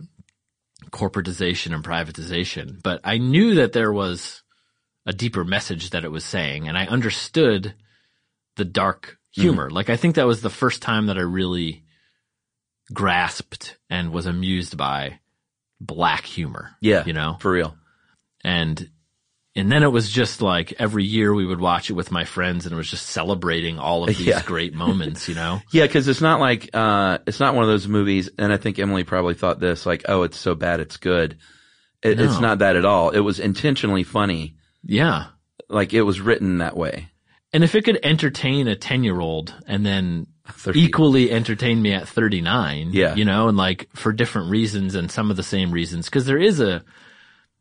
corporatization and privatization, but I knew that there was a deeper message that it was saying, and I understood the dark
Hmm.
humor. Like, I think that was the first time that I really grasped and was amused by black humor.
Yeah.
You know?
for real.
and and then it was just like every year we would watch it with my friends and it was just celebrating all of these
Yeah.
great moments, you know?
Yeah, because it's not like uh, it's not one of those movies. And I think Emily probably thought this, like, "Oh, it's so bad, it's good." It, It's
No.
not that at all. It was intentionally funny.
yeah.
Like it was written that way.
And if it could entertain a 10 year old and then
Thirty.
equally entertain me at 39,
Yeah.
you know, and like for different reasons and some of the same reasons, cause there is a,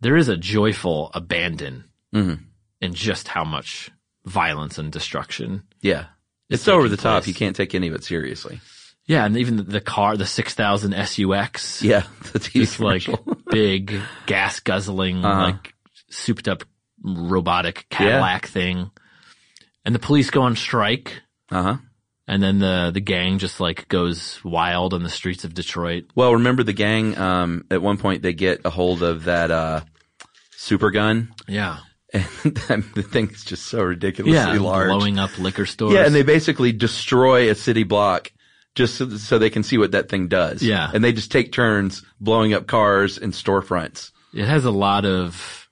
there is a joyful abandon
Mm-hmm.
in just how much violence and destruction
Yeah, it's,
It's
over
taking
the top.
place.
You can't take any of it seriously.
Yeah, and even the- the car, the 6000 SUX.
Yeah, the TV
This like
commercial. Uh-huh.
big gas guzzling, like souped up robotic Cadillac thing. And the police go on strike.
uh huh.
And then the, the gang just like goes wild on the streets of Detroit.
Well, remember the gang? Um, at one point they get a hold of that uh, super gun,
Yeah.
and the thing is just so ridiculously
Yeah.
large.
Blowing up liquor stores.
Yeah, and they basically destroy a city block just so, so they can see what that thing does.
Yeah.
and they just take turns blowing up cars and storefronts.
it has a lot of,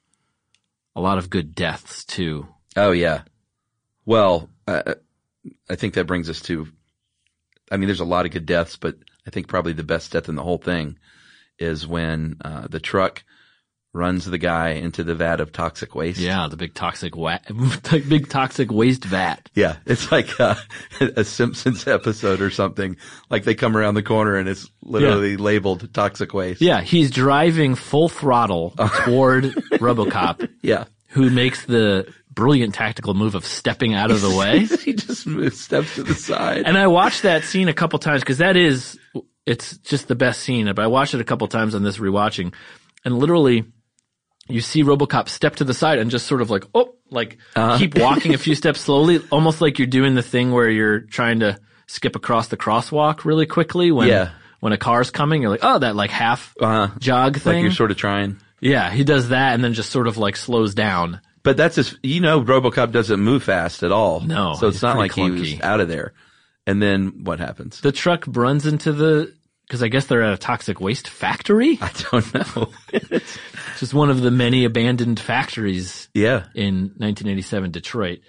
a lot of good deaths too.
Oh yeah. Well, uh, I think that brings us to. I mean, there's a lot of good deaths, but I think probably the best death in the whole thing is when uh, the truck runs the guy into the vat of toxic waste.
Yeah. The big toxic wa- big toxic waste vat.
Yeah, it's like uh, a Simpsons episode or something. Like they come around the corner and it's literally labeled toxic waste.
Yeah, he's driving full throttle toward RoboCop,
Yeah.
who makes the brilliant tactical move of stepping out of the way.
he just moves, steps to the side.
And I watched that scene a couple times because that is, it's just the best scene. But I watched it a couple times on this rewatching, and literally, you see RoboCop step to the side and just sort of like, oh, like
Uh-huh.
keep walking a few steps slowly, almost like you're doing the thing where you're trying to skip across the crosswalk really quickly when.
Yeah.
When a car's coming, you're like, oh, that like half
Uh-huh.
jog thing.
like you're sort of trying.
Yeah, he does that and then just sort of like slows down.
But that's just you know RoboCop doesn't move fast at all.
No,
so it's
he's
not like
pretty
he was
clunky.
out of there. And then what happens?
The truck runs into the because I guess they're at a toxic waste factory,
I don't know.
which is one of the many abandoned factories
yeah,
in 1987 Detroit,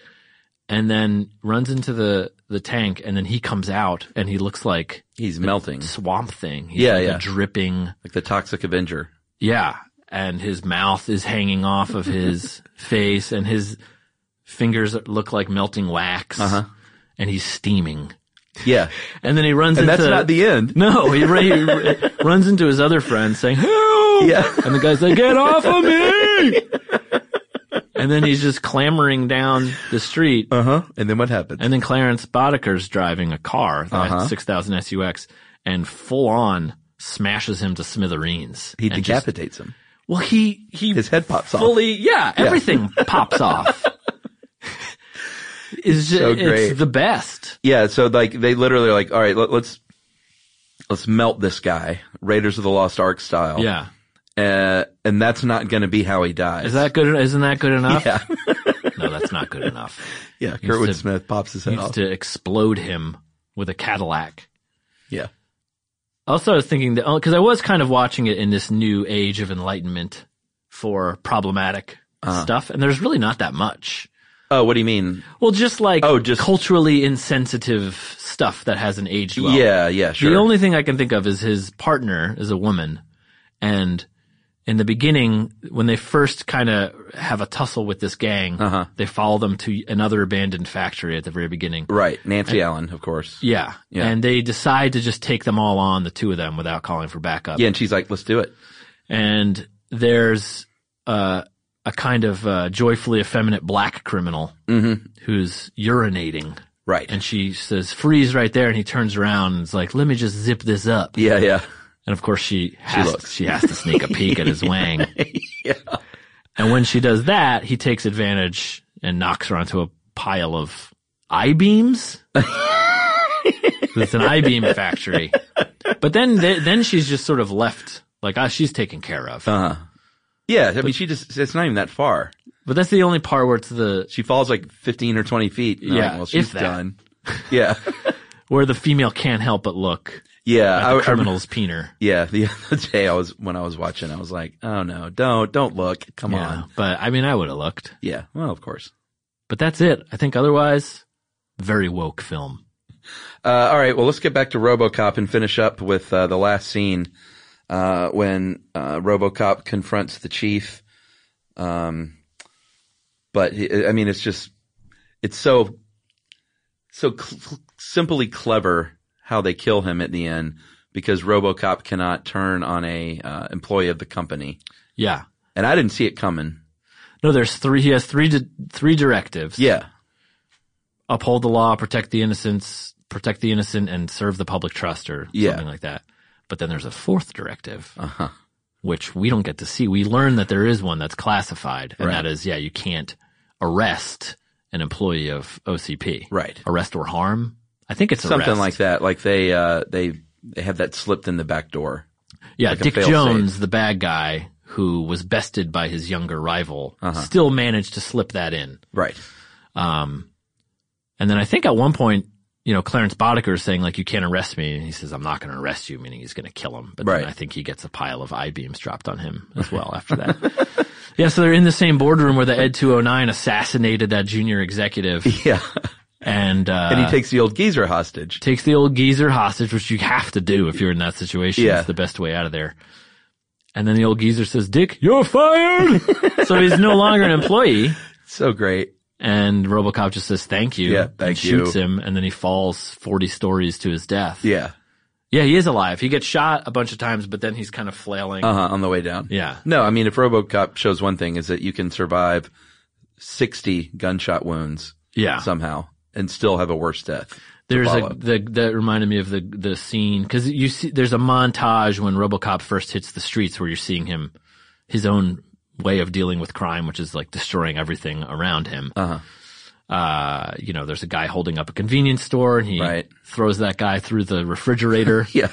and then runs into the the tank, and then he comes out and he looks like
he's melting
Swamp Thing. He's
Yeah,
like
yeah.
a dripping.
like the Toxic Avenger.
Yeah, and his mouth is hanging off of his face, and his fingers look like melting wax,
Uh-huh.
and he's steaming.
Yeah,
And then he runs
and
into
that's not the end.
No, he, ra- he ra- runs into his other friend saying, "Help!"
Yeah,
And the guy's like, "Get off of me!" and then he's just clambering down the street.
uh huh. And then what happens?
And then Clarence Boddicker's driving a car, the
Uh-huh.
6000 SUX, and full on smashes him to smithereens.
he
And just-
decapitates him.
well, he he
His head pops off.
fully, yeah, everything pops off. It's, just,
So great.
it's the best.
Yeah, so like they literally are like, all right, let, let's let's melt this guy, Raiders of the Lost Ark style.
Yeah.
uh, and that's not going to be how he dies.
Is that good? Isn't that good enough?
Yeah.
No, that's not good enough.
yeah,
Needs
Kurtwood
to-
Smith pops his head
Needs
off.
to explode him with a Cadillac.
yeah.
Also, I was thinking that because I was kind of watching it in this new age of enlightenment for problematic
Uh-huh.
stuff, and there's really not that much.
Oh, what do you mean?
Well, just like
Oh, just-
culturally insensitive stuff that hasn't aged well.
yeah, yeah, sure.
The only thing I can think of is his partner is a woman. And in the beginning, when they first kind of have a tussle with this gang,
Uh-huh.
they follow them to another abandoned factory at the very beginning.
right, Nancy Allen, of course. Yeah.
Yeah.
Yeah.
And they decide to just take them all on, the two of them, without calling for backup.
and she's like, let's do it.
And there's uh, a kind of uh, joyfully effeminate black criminal
Mm-hmm.
who's urinating.
Right.
And she says, freeze right there. And he turns around and is like, let me just zip this up.
yeah, yeah.
And of course she has,
looks.
she has to sneak a peek at his wang. And when she does that, he takes advantage and knocks her onto a pile of I-beams. 'Cause it's an I-beam factory. But then, th- then she's just sort of left, like, ah, she's taken care of.
Uh. Uh-huh. Yeah, I mean, she just, it's not even that far.
But that's the only part where it's the,
She falls like 15 or 20 feet. and I'm
Yeah,
like, well, she's
if that.
done. Yeah.
where the female can't help but look
Yeah.
at
I- I
the
rem-
criminal's peener.
yeah. The other day I was, when I was watching, I was like, oh no, don't, don't look. Come
Yeah.
on.
But I mean, I would have looked.
Yeah. Well, of course.
But that's it. I think otherwise, very woke film.
Uh, all right. Well, let's get back to RoboCop and finish up with uh, the last scene uh, when uh, RoboCop confronts the chief. Um, but he, I mean, it's just it's so so cl- simply clever how they kill him at the end because RoboCop cannot turn on a uh, employee of the company,
Yeah.
and I didn't see it coming.
No, there's three. He has three di- three directives.
Yeah.
uphold the law, protect the innocents, protect the innocent, and serve the public trust, or
Yeah. Uh-huh.
something like that. But then there's a fourth directive, which we don't get to see. We learn that there is one that's classified, and
Right.
that is, yeah, you can't arrest an employee of OCP,
Right.
Arrest or harm. I think it's
Something
arrest.
like that. Like they uh, they they have that slipped in the back door.
Yeah,
like a
Dick
fail-safe.
Jones, the bad guy who was bested by his younger rival,
Uh-huh.
still managed to slip that in.
Right.
Um, and then I think at one point, you know, Clarence Boddicker is saying like, you can't arrest me. And he says, I'm not going to arrest you, meaning he's going to kill him. But
Right.
then I think he gets a pile of I-beams dropped on him as well after that. yeah. So they're in the same boardroom where the Ed 209 assassinated that junior executive
Yeah.
and, uh,
and he takes the old geezer hostage.
takes the old geezer hostage, which you have to do if you're in that situation.
Yeah.
It's the best way out of there. And then the old geezer says, Dick, you're fired. so he's no longer an employee.
So great.
And Robocop just says, thank you.
Yeah,
and
thank
shoots
you.
him and then he falls 40 stories to his death.
Yeah.
Yeah, he is alive. He gets shot a bunch of times, but then he's kind of flailing.
Uh huh. On the way down.
Yeah.
No, I mean, if RoboCop shows one thing is that you can survive 60 gunshot wounds
yeah.
somehow and still have a worse death.
There's a,
follow.
the, that reminded me of the, the scene. Cause you see, there's a montage when Robocop first hits the streets where you're seeing him, his own way of dealing with crime, which is like destroying everything around him. Uh-huh. you know, there's a guy holding up a convenience store and he
Right.
throws that guy through the refrigerator.
Yeah.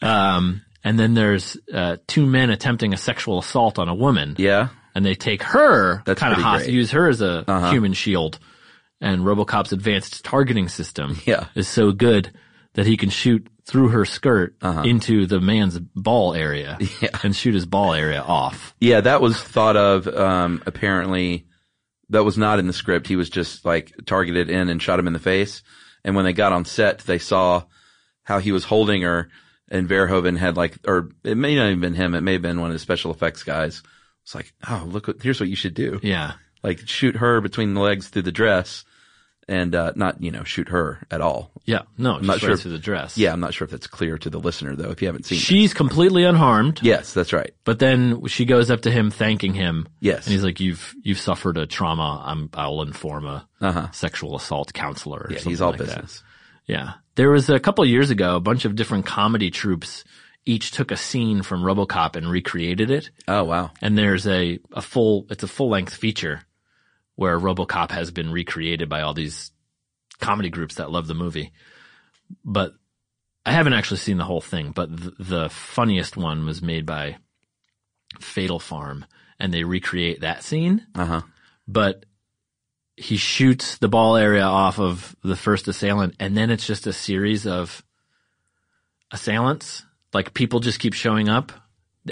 Um, and then there's uh, two men attempting a sexual assault on a woman,
yeah.
and they take her,
That's
kind of
pretty
hostage,
great. Uh-huh.
use her as a human shield. And RoboCop's advanced targeting system
Yeah.
is so good that he can shoot through her skirt
Uh-huh.
into the man's ball area and shoot his ball area off.
Yeah. That was thought of, um, apparently that was not in the script. He was just like targeted in and shot him in the face. And when they got on set, they saw how he was holding her and Verhoeven had like, or it may not have been him. It may have been one of the special effects guys. It's like, oh, look what, here's what you should do.
Yeah,
like shoot her between the legs through the dress and uh, not you know shoot her at all
yeah, no, just
not
right
sure.
through the dress.
yeah i'm not sure if that's clear to the listener though if you haven't seen it
she's completely unharmed.
yes that's right
But then she goes up to him, thanking him.
Yes.
and he's like, "You've you've suffered a trauma. I'm I'll inform a
Uh-huh.
sexual assault counselor." Or
yeah
something
he's all
like that.
business
Yeah, there was a couple of years ago, a bunch of different comedy troupes each took a scene from RoboCop and recreated it.
oh wow
And there's a a full it's a full length feature where RoboCop has been recreated by all these comedy groups that love the movie. But I haven't actually seen the whole thing, but th- the funniest one was made by Fatal Farm and they recreate that scene,
uh-huh
but he shoots the ball area off of the first assailant and then it's just a series of assailants. Like people just keep showing up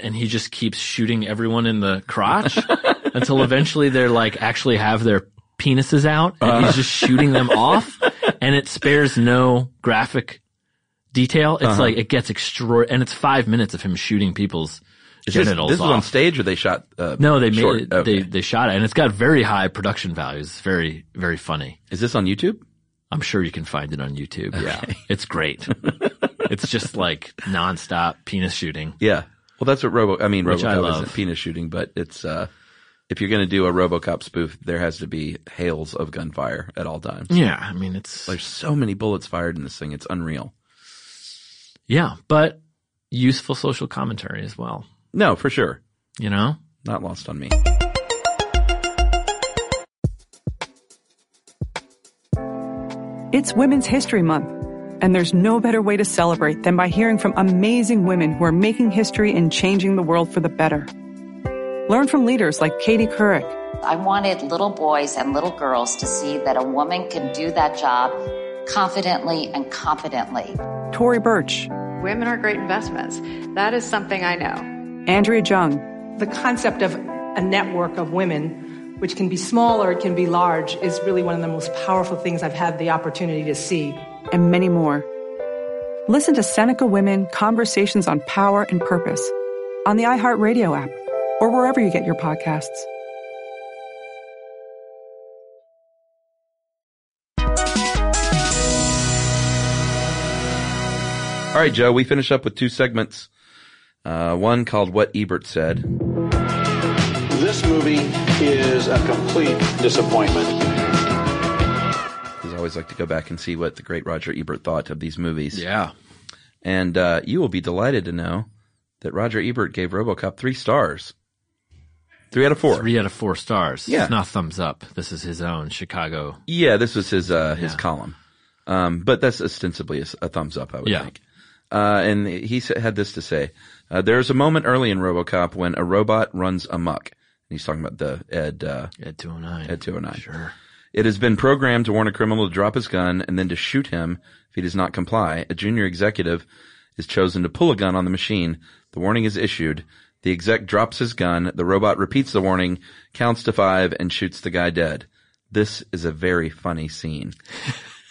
and he just keeps shooting everyone in the crotch until eventually they're like actually have their penises out and he's just
Uh-huh.
shooting them off and it spares no graphic detail. It's
Uh-huh.
like it gets extra and it's five minutes of him shooting people's
Is this,
genitals
this is
off.
on stage or they shot uh,
No, they made
short?
it.
Okay.
They they shot it, and it's got very high production values. It's very very funny.
is this on youtube
I'm sure you can find it on YouTube. Yeah, it's great. it's just like nonstop penis shooting.
yeah Well, that's what Robo. I mean,
Which I
RoboCop
love.
isn't penis shooting, but it's uh, if you're going to do a RoboCop spoof, there has to be hails of gunfire at all times.
Yeah, I mean it's
There's so many bullets fired in this thing; it's unreal.
yeah, but useful social commentary as well.
No, for sure,
You know,
not lost on me.
It's Women's History Month, and there's no better way to celebrate than by hearing from amazing women who are making history and changing the world for the better. Learn from leaders like Katie Couric,
I wanted little boys and little girls to see that a woman can do that job confidently and competently.
Tori Burch,
Women are great investments. That is something I know.
Andrea Jung,
The concept of a network of women, which can be small or it can be large, is really one of the most powerful things I've had the opportunity to see.
and many more. Listen to Seneca Women Conversations on Power and Purpose on the iHeartRadio app or wherever you get your podcasts.
All right, Joe, we finish up with two segments. Uh, one called "What Ebert Said."
This movie is a complete disappointment.
Because I always like to go back and see what the great Roger Ebert thought of these movies.
yeah,
And uh, you will be delighted to know that Roger Ebert gave RoboCop three stars, three out of four.
three out of four stars.
Yeah.
It's not thumbs up. This is his own Chicago.
Yeah, this was his uh, his
Yeah.
column, um, but that's ostensibly a, s- a thumbs up, I would
Yeah.
think. Uh, and he sa- had this to say: uh, "There's a moment early in RoboCop when a robot runs amok." And he's talking about the Ed. Uh,
Ed 209.
Ed 209.
Sure.
it has been programmed to warn a criminal to drop his gun and then to shoot him if he does not comply. A junior executive is chosen to pull a gun on the machine. The warning is issued. The exec drops his gun. The robot repeats the warning, counts to five, and shoots the guy dead. This is a very funny scene.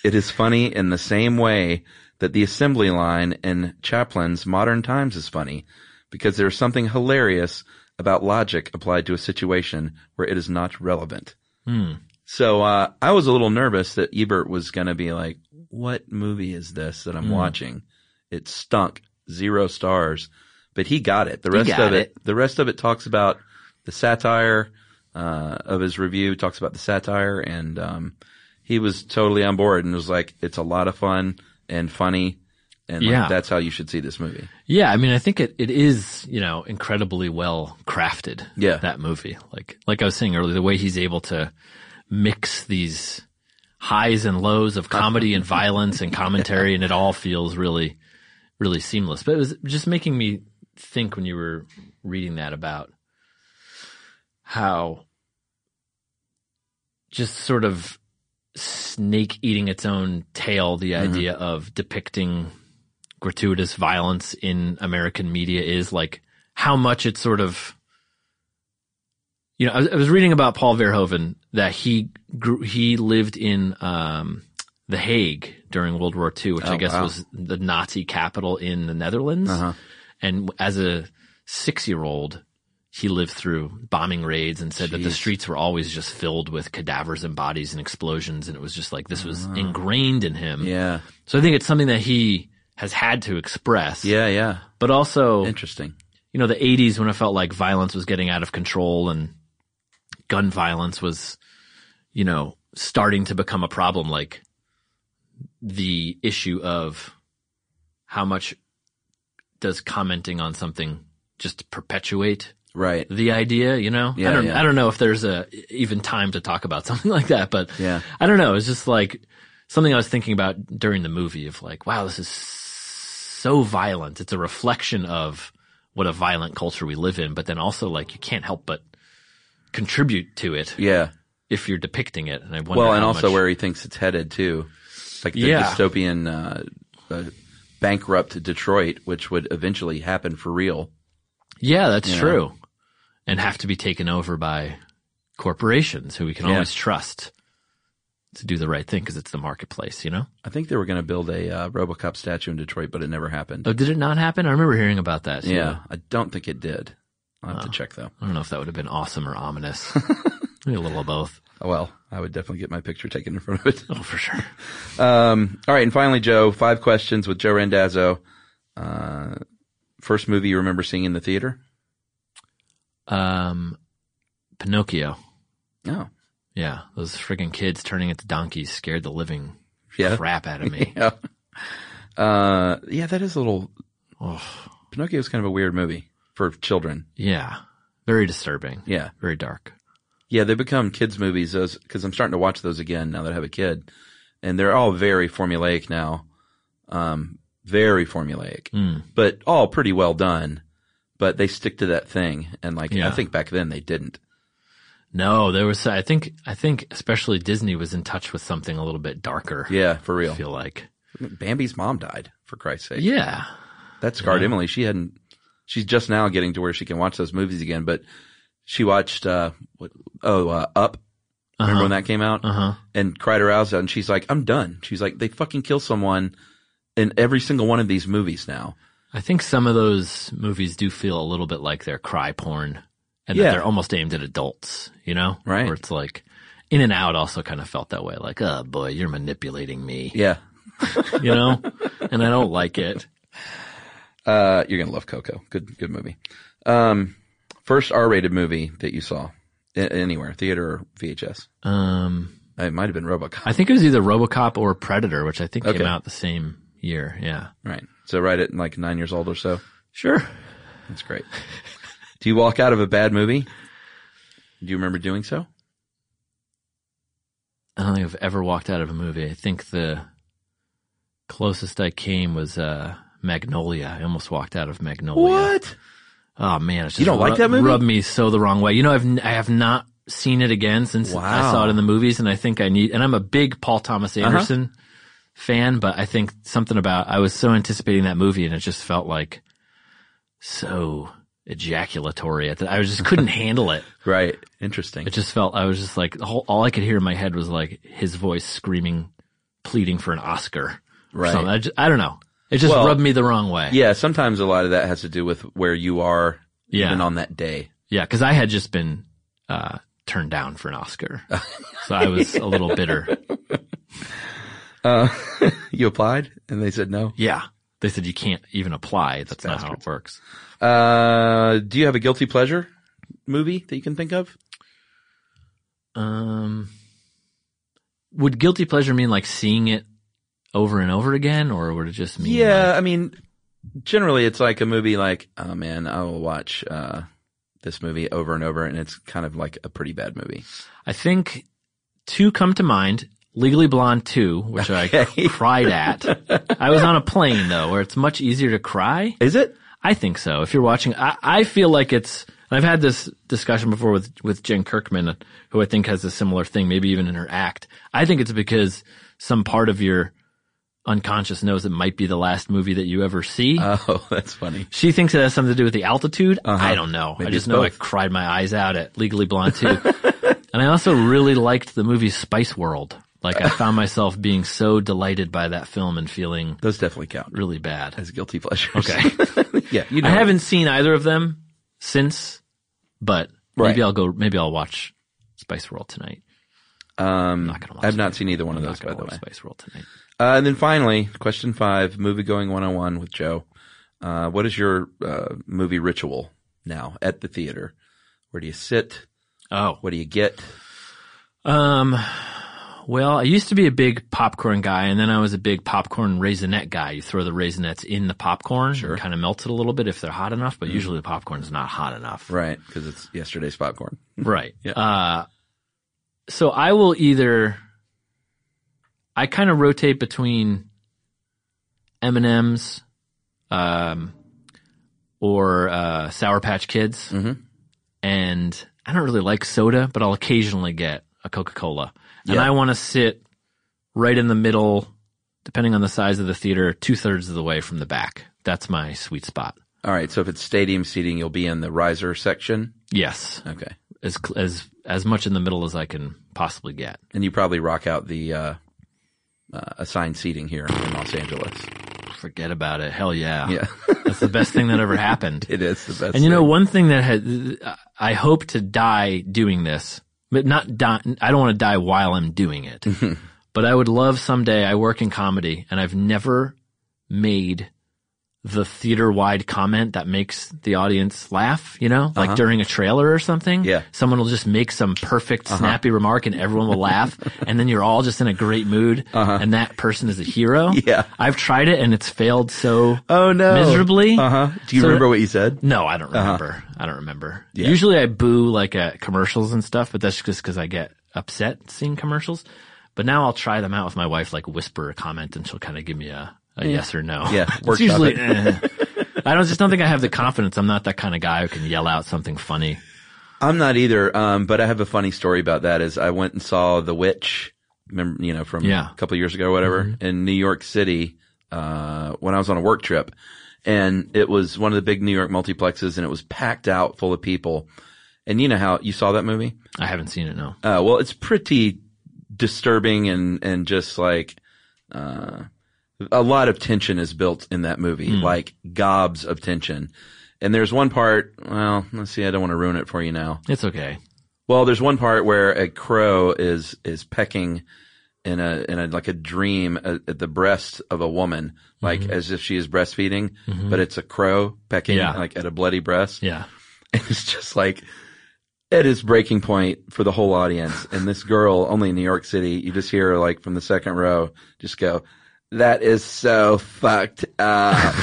It is funny in the same way that the assembly line in Chaplin's Modern Times is funny, because there is something hilarious about logic applied to a situation where it is not relevant. Hmm. So uh, I was a little nervous that Ebert was going to be like, "What movie is this that I'm watching?" It stunk, zero stars, but he got it. The rest
got
of it, the rest of it talks about the satire uh, of his review, talks about the satire, and um, he was totally on board and was like, "It's a lot of fun and funny." And like,
Yeah.
that's how you should see this movie.
Yeah, I mean, I think it, it is, you know, incredibly well crafted.
Yeah.
That movie. Like, like I was saying earlier, the way he's able to mix these highs and lows of comedy and violence and commentary and it all feels really, really seamless. But it was just making me think when you were reading that about how just sort of snake eating its own tail, the
Mm-hmm.
idea of depicting gratuitous violence in American media is like how much it's sort of you know I was, I was reading about Paul Verhoeven that he grew, he lived in um the Hague during World War II which I
Oh,
guess
wow. Uh-huh.
was the Nazi capital in the Netherlands and as a 6-year-old he lived through bombing raids and said that the
Jeez.
streets were always just filled with cadavers and bodies and explosions and it was just like this was ingrained in him
Uh-huh. Yeah,
so I think it's something that he has had to express.
yeah, yeah.
But also,
Interesting.
you know, the 80s when it felt like violence was getting out of control and gun violence was, you know, starting to become a problem. Like the issue of how much does commenting on something just perpetuate
Right.
the idea, you know?
Yeah,
I don't
yeah.
I don't know if there's a even time to talk about something like that, but
Yeah.
I don't know. It's just like something I was thinking about during the movie of like, wow, this is so violent. It's a reflection of what a violent culture we live in, but then also like you can't help but contribute to it
Yeah.
if you're depicting it. And I wonder
Well, and
how
also
much-
where he thinks it's headed too, like the
Yeah.
dystopian uh, uh, bankrupt Detroit, which would eventually happen for real.
Yeah, that's
know?
true. And have to be taken over by corporations who we can
Yeah.
always trust to do the right thing because it's the marketplace, you know?
I think they were going to build a uh, RoboCop statue in Detroit, but it never happened.
Oh, did it not happen? I remember hearing about that. too.
yeah, I don't think it did. I'll have to check though.
I don't know if that would have been awesome or ominous. Maybe a little of both.
Oh, well, I would definitely get my picture taken in front of it.
Oh, for sure.
Um, all right, and finally, Joe, five questions with Joe Randazzo uh, First movie you remember seeing in the theater?
Um, Pinocchio.
Oh.
Yeah, those friggin' kids turning into donkeys scared the living
Yeah.
crap out of me.
yeah. Uh, yeah, that is a little. Pinocchio is kind of a weird movie for children.
Yeah. Very disturbing.
Yeah.
Very dark.
Yeah, they become kids' movies those because I'm starting to watch those again now that I have a kid, and they're all very formulaic now, um, very formulaic,
Mm.
but all pretty well done. But they stick to that thing, and like I
Yeah.
think back then they didn't.
No, there was. I think. I think especially Disney was in touch with something a little bit darker.
Yeah, for real.
I feel like.
Bambi's mom died for Christ's sake.
Yeah.
that scarred
Yeah.
Emily. She hadn't. She's just now getting to where she can watch those movies again, but she watched uh, what, oh uh, Up. Remember
Uh-huh.
when that came out?
Uh-huh.
And cried her eyes out, and she's like, "I'm done." She's like, "They fucking kill someone in every single one of these movies now."
I think some of those movies do feel a little bit like they're cry porn, and
Yeah.
that they're almost aimed at adults. You know,
Right.
Where it's like, In and Out also kind of felt that way. Like, oh boy, you're manipulating me.
Yeah.
you know, and I don't like it.
Uh, you're gonna love Coco. Good, good movie. Um, first R-rated movie that you saw A- anywhere, theater or VHS?
Um,
it might have been RoboCop.
I think it was either RoboCop or Predator, which I think
Okay.
came out the same year. Yeah.
Right. So right at like nine years old or so.
Sure.
That's great. Do you walk out of a bad movie? Do you remember doing so?
I don't think I've ever walked out of a movie. I think the closest I came was uh, Magnolia. I almost walked out of Magnolia.
What?
Oh man, it's just
You don't like
rub-
that movie?
Rubbed me so the wrong way. You know, I've n- I have not seen it again since
Wow.
I saw it in the movies, and I think I need. And I'm a big Paul Thomas
Uh-huh.
Anderson fan, but I think something about I was so anticipating that movie, and it just felt like so ejaculatory. At the, I just couldn't handle it.
Right. Interesting.
It just felt I was just like the whole, all I could hear in my head was like his voice screaming, pleading for an Oscar. or
Right.
something. I, ju- I don't know. It just
Well,
rubbed me the wrong way.
Yeah. Sometimes a lot of that has to do with where you are
Yeah.
even on that day.
Yeah, because I had just been uh, turned down for an Oscar, so I was a little bitter.
Uh, you applied and they said no.
Yeah, they said you can't even apply. That's not how
bastards.
it works.
Uh, do you have a guilty pleasure movie that you can think of?
Um, would guilty pleasure mean like seeing it over and over again, or would it just mean
yeah. I mean, generally it's like a movie like, oh man, I will watch, uh, this movie over and over and it's kind of like a pretty bad movie.
I think two come to mind. Legally Blonde 2, which I cried at. I was on a plane though, where it's much easier to cry.
Is it?
I think so. If you're watching, I, I feel like it's, I've had this discussion before with, with Jen Kirkman, who I think has a similar thing, maybe even in her act. I think it's because some part of your unconscious knows it might be the last movie that you ever see.
Oh, that's funny.
She thinks it has something to do with the altitude.
Uh-huh.
I don't know.
Maybe
I
it's
just know I
both.
cried my eyes out at Legally Blonde too. and I also really liked the movie Spice World. Like
Uh.
I found myself being so delighted by that film and feeling
Those definitely count
really bad.
as guilty pleasures.
Okay.
yeah. You know
I haven't seen either of them since, but
Right.
maybe I'll go, maybe I'll watch Spice World tonight.
Um,
not gonna watch
I've not seen either one
I'm
of
not
those, by
going
the
to
way.
watch Spice World tonight.
Uh, and then finally, question five, movie going 101 with Joe. Uh, what is your uh, movie ritual now at the theater? Where do you sit?
Oh.
What do you get?
Um, well, I used to be a big popcorn guy, and then I was a big popcorn raisinette guy. You throw the raisinettes in the popcorn, sure. kind of melts it a little bit if they're hot enough,
Mm.
but usually the popcorn's not hot enough.
Right, because it's yesterday's popcorn.
Right.
Yeah.
Uh, so I will either, I kind of rotate between M and M's, um, or uh, Sour Patch Kids,
Mm-hmm.
and I don't really like soda, but I'll occasionally get a Coca Cola, and
Yeah.
I want to sit right in the middle, depending on the size of the theater, two thirds of the way from the back. That's my sweet spot.
All right, so if it's stadium seating, you'll be in the riser section.
Yes,
Okay,
as cl- as as much in the middle as I can possibly get.
and you probably rock out the uh, uh, assigned seating here in Los Angeles.
Forget about it. Hell yeah.
Yeah.
That's the best thing that ever happened.
It is the best.
and you know,
thing.
one thing that had, I hope to die doing this, but not die, I don't want to die while I'm doing it, but I would love someday, I work in comedy and I've never made the theater wide comment that makes the audience laugh, you know, like
Uh-huh.
during a trailer or something.
Yeah.
Someone will just make some perfect
Uh-huh.
snappy remark and everyone will laugh. and then you're all just in a great mood.
Uh-huh.
And that person is a hero. Yeah. I've tried it and it's failed so
Oh no.
miserably.
Uh huh. Do you
So-
remember what you said?
No, I don't
Uh-huh.
remember. I don't remember. Usually I boo like at commercials and stuff, but that's just because I get upset seeing commercials. But now I'll try them out with my wife, like whisper a comment and she'll kind of give me a, a
Yeah.
yes or no.
Yeah,
It's
workshop
usually,
it.
eh. I don't just don't think I have the confidence. I'm not that kind of guy who can yell out something funny.
I'm not either. Um, but I have a funny story about that. Is I went and saw The Witch, remember, you know, from
Yeah.
a couple of years ago, or whatever, in New York City uh, when I was on a work trip, and it was one of the big New York multiplexes, and it was packed out full of people. And you know how you saw that movie?
I haven't seen it. No.
Uh, well, it's pretty disturbing and, and just like, uh, a lot of tension is built in that movie,
Mm.
like gobs of tension. And there's one part, well, let's see, I don't want to ruin it for you now.
It's okay.
Well, there's one part where a crow is, is pecking in a, in a, like a dream at, at the breast of a woman, like
Mhm.
as if she is breastfeeding,
Mhm.
but it's a crow pecking
Yeah.
like at a bloody breast.
Yeah.
And it's just like, at his breaking point for the whole audience. And this girl, only in New York City, you just hear her like from the second row, just go, that is so fucked up.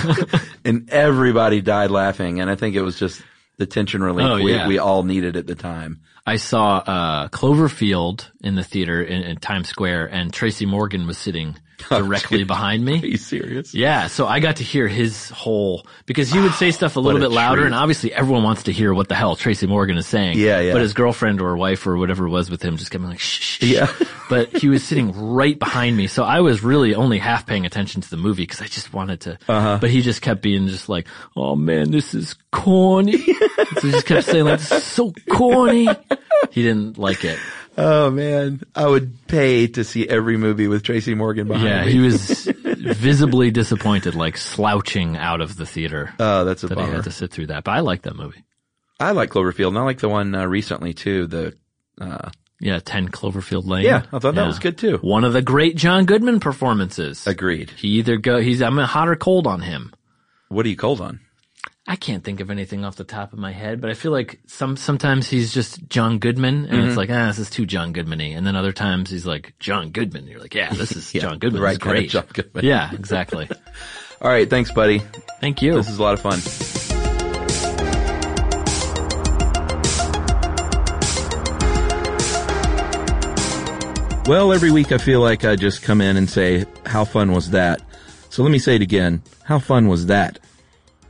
and everybody died laughing. And I think it was just the tension relief
Oh,
we,
yeah.
we all needed at the time.
I saw uh, Cloverfield in the theater in, in Times Square, and Tracy Morgan was sitting directly behind me. Are
Oh, you serious?
Yeah, so I got to hear his whole because he would say stuff a
What
little
a
bit louder,
treat.
and obviously everyone wants to hear what the hell Tracy Morgan is saying.
Yeah, yeah.
But his girlfriend or wife or whatever it was with him just kept being like, shh, shh, yeah. But he was sitting right behind me, so I was really only half paying attention to the movie because I just wanted to.
Uh-huh.
But he just kept being just like, oh man, this is corny. so he just kept saying like, this is so corny. He didn't like it.
Oh man, I would pay to see every movie with Tracy Morgan behind
yeah,
me.
he was visibly disappointed, like slouching out of the theater.
Oh, that's a
that he
bummer.
had to sit through that. But I like that movie.
I like Cloverfield and I like the one uh, recently too, the, uh,
Yeah, Ten Cloverfield Lane.
Yeah, I thought that was
good too. One of the great John Goodman performances.
Agreed.
He either go he's I'm hot or cold on him.
What are you cold on?
I can't think of anything off the top of my head, but I feel like some sometimes he's just John Goodman, and
Mhm.
it's like ah, this is too John Goodman-y. and then other times he's like John Goodman. You're like, yeah, this is
Yeah,
John Goodman.
the right
This is
kind of
great.
John Goodman.
Yeah, exactly.
All right. Thanks, buddy.
Thank you.
This is a lot of fun. Well, every week I feel like I just come in and say, how fun was that? So let me say it again. How fun was that?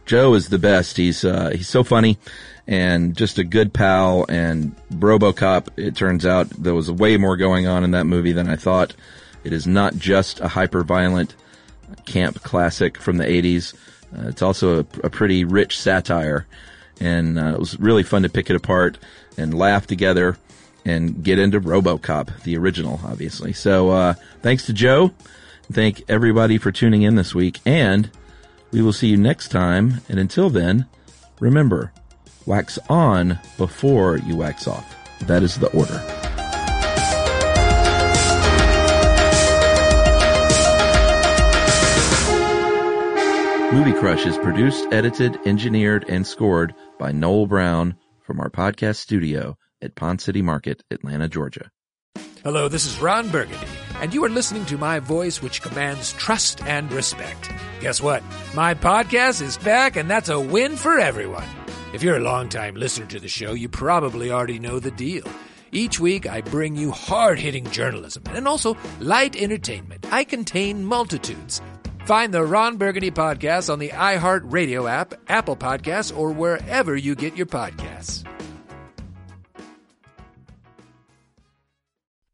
Joe is the best. He's, uh, he's so funny and just a good pal and Robocop. It turns out there was way more going on in that movie than I thought. It is not just a hyper violent camp classic from the 80s. Uh, it's also a, a pretty rich satire. And uh, it was really fun to pick it apart and laugh together and get into Robocop, the original, obviously. So uh, thanks to Joe. Thank everybody for tuning in this week. And we will see you next time. And until then, remember wax on before you wax off. That is the order. Movie Crush is produced, edited, engineered, and scored by Noel Brown from our podcast studio at Pond City Market, Atlanta, Georgia.
Hello, this is Ron Burgundy, and you are listening to my voice, which commands trust and respect. Guess what? My podcast is back, and that's a win for everyone. If you're a longtime listener to the show, you probably already know the deal. Each week, I bring you hard hitting journalism and also light entertainment. I contain multitudes. Find the Ron Burgundy podcast on the iHeartRadio app, Apple Podcasts, or wherever you get your podcasts.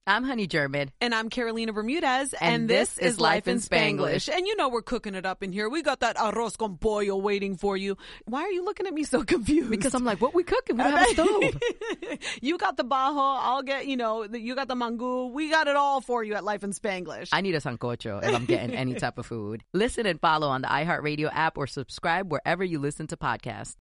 I'm Honey German.
And I'm Carolina Bermudez,
And this is Life in Spanglish.
And you know we're cooking it up in here. We got that arroz con pollo waiting for you. Why are you looking at me so confused? Because I'm like, what we cooking?
We don't have a stove.
you got the bajo. I'll get, you know, the- you got the mango. We got it all for you at Life in Spanglish.
I need a sancocho if I'm getting any type of food. Listen and follow on the iHeartRadio app or subscribe wherever you listen to podcasts.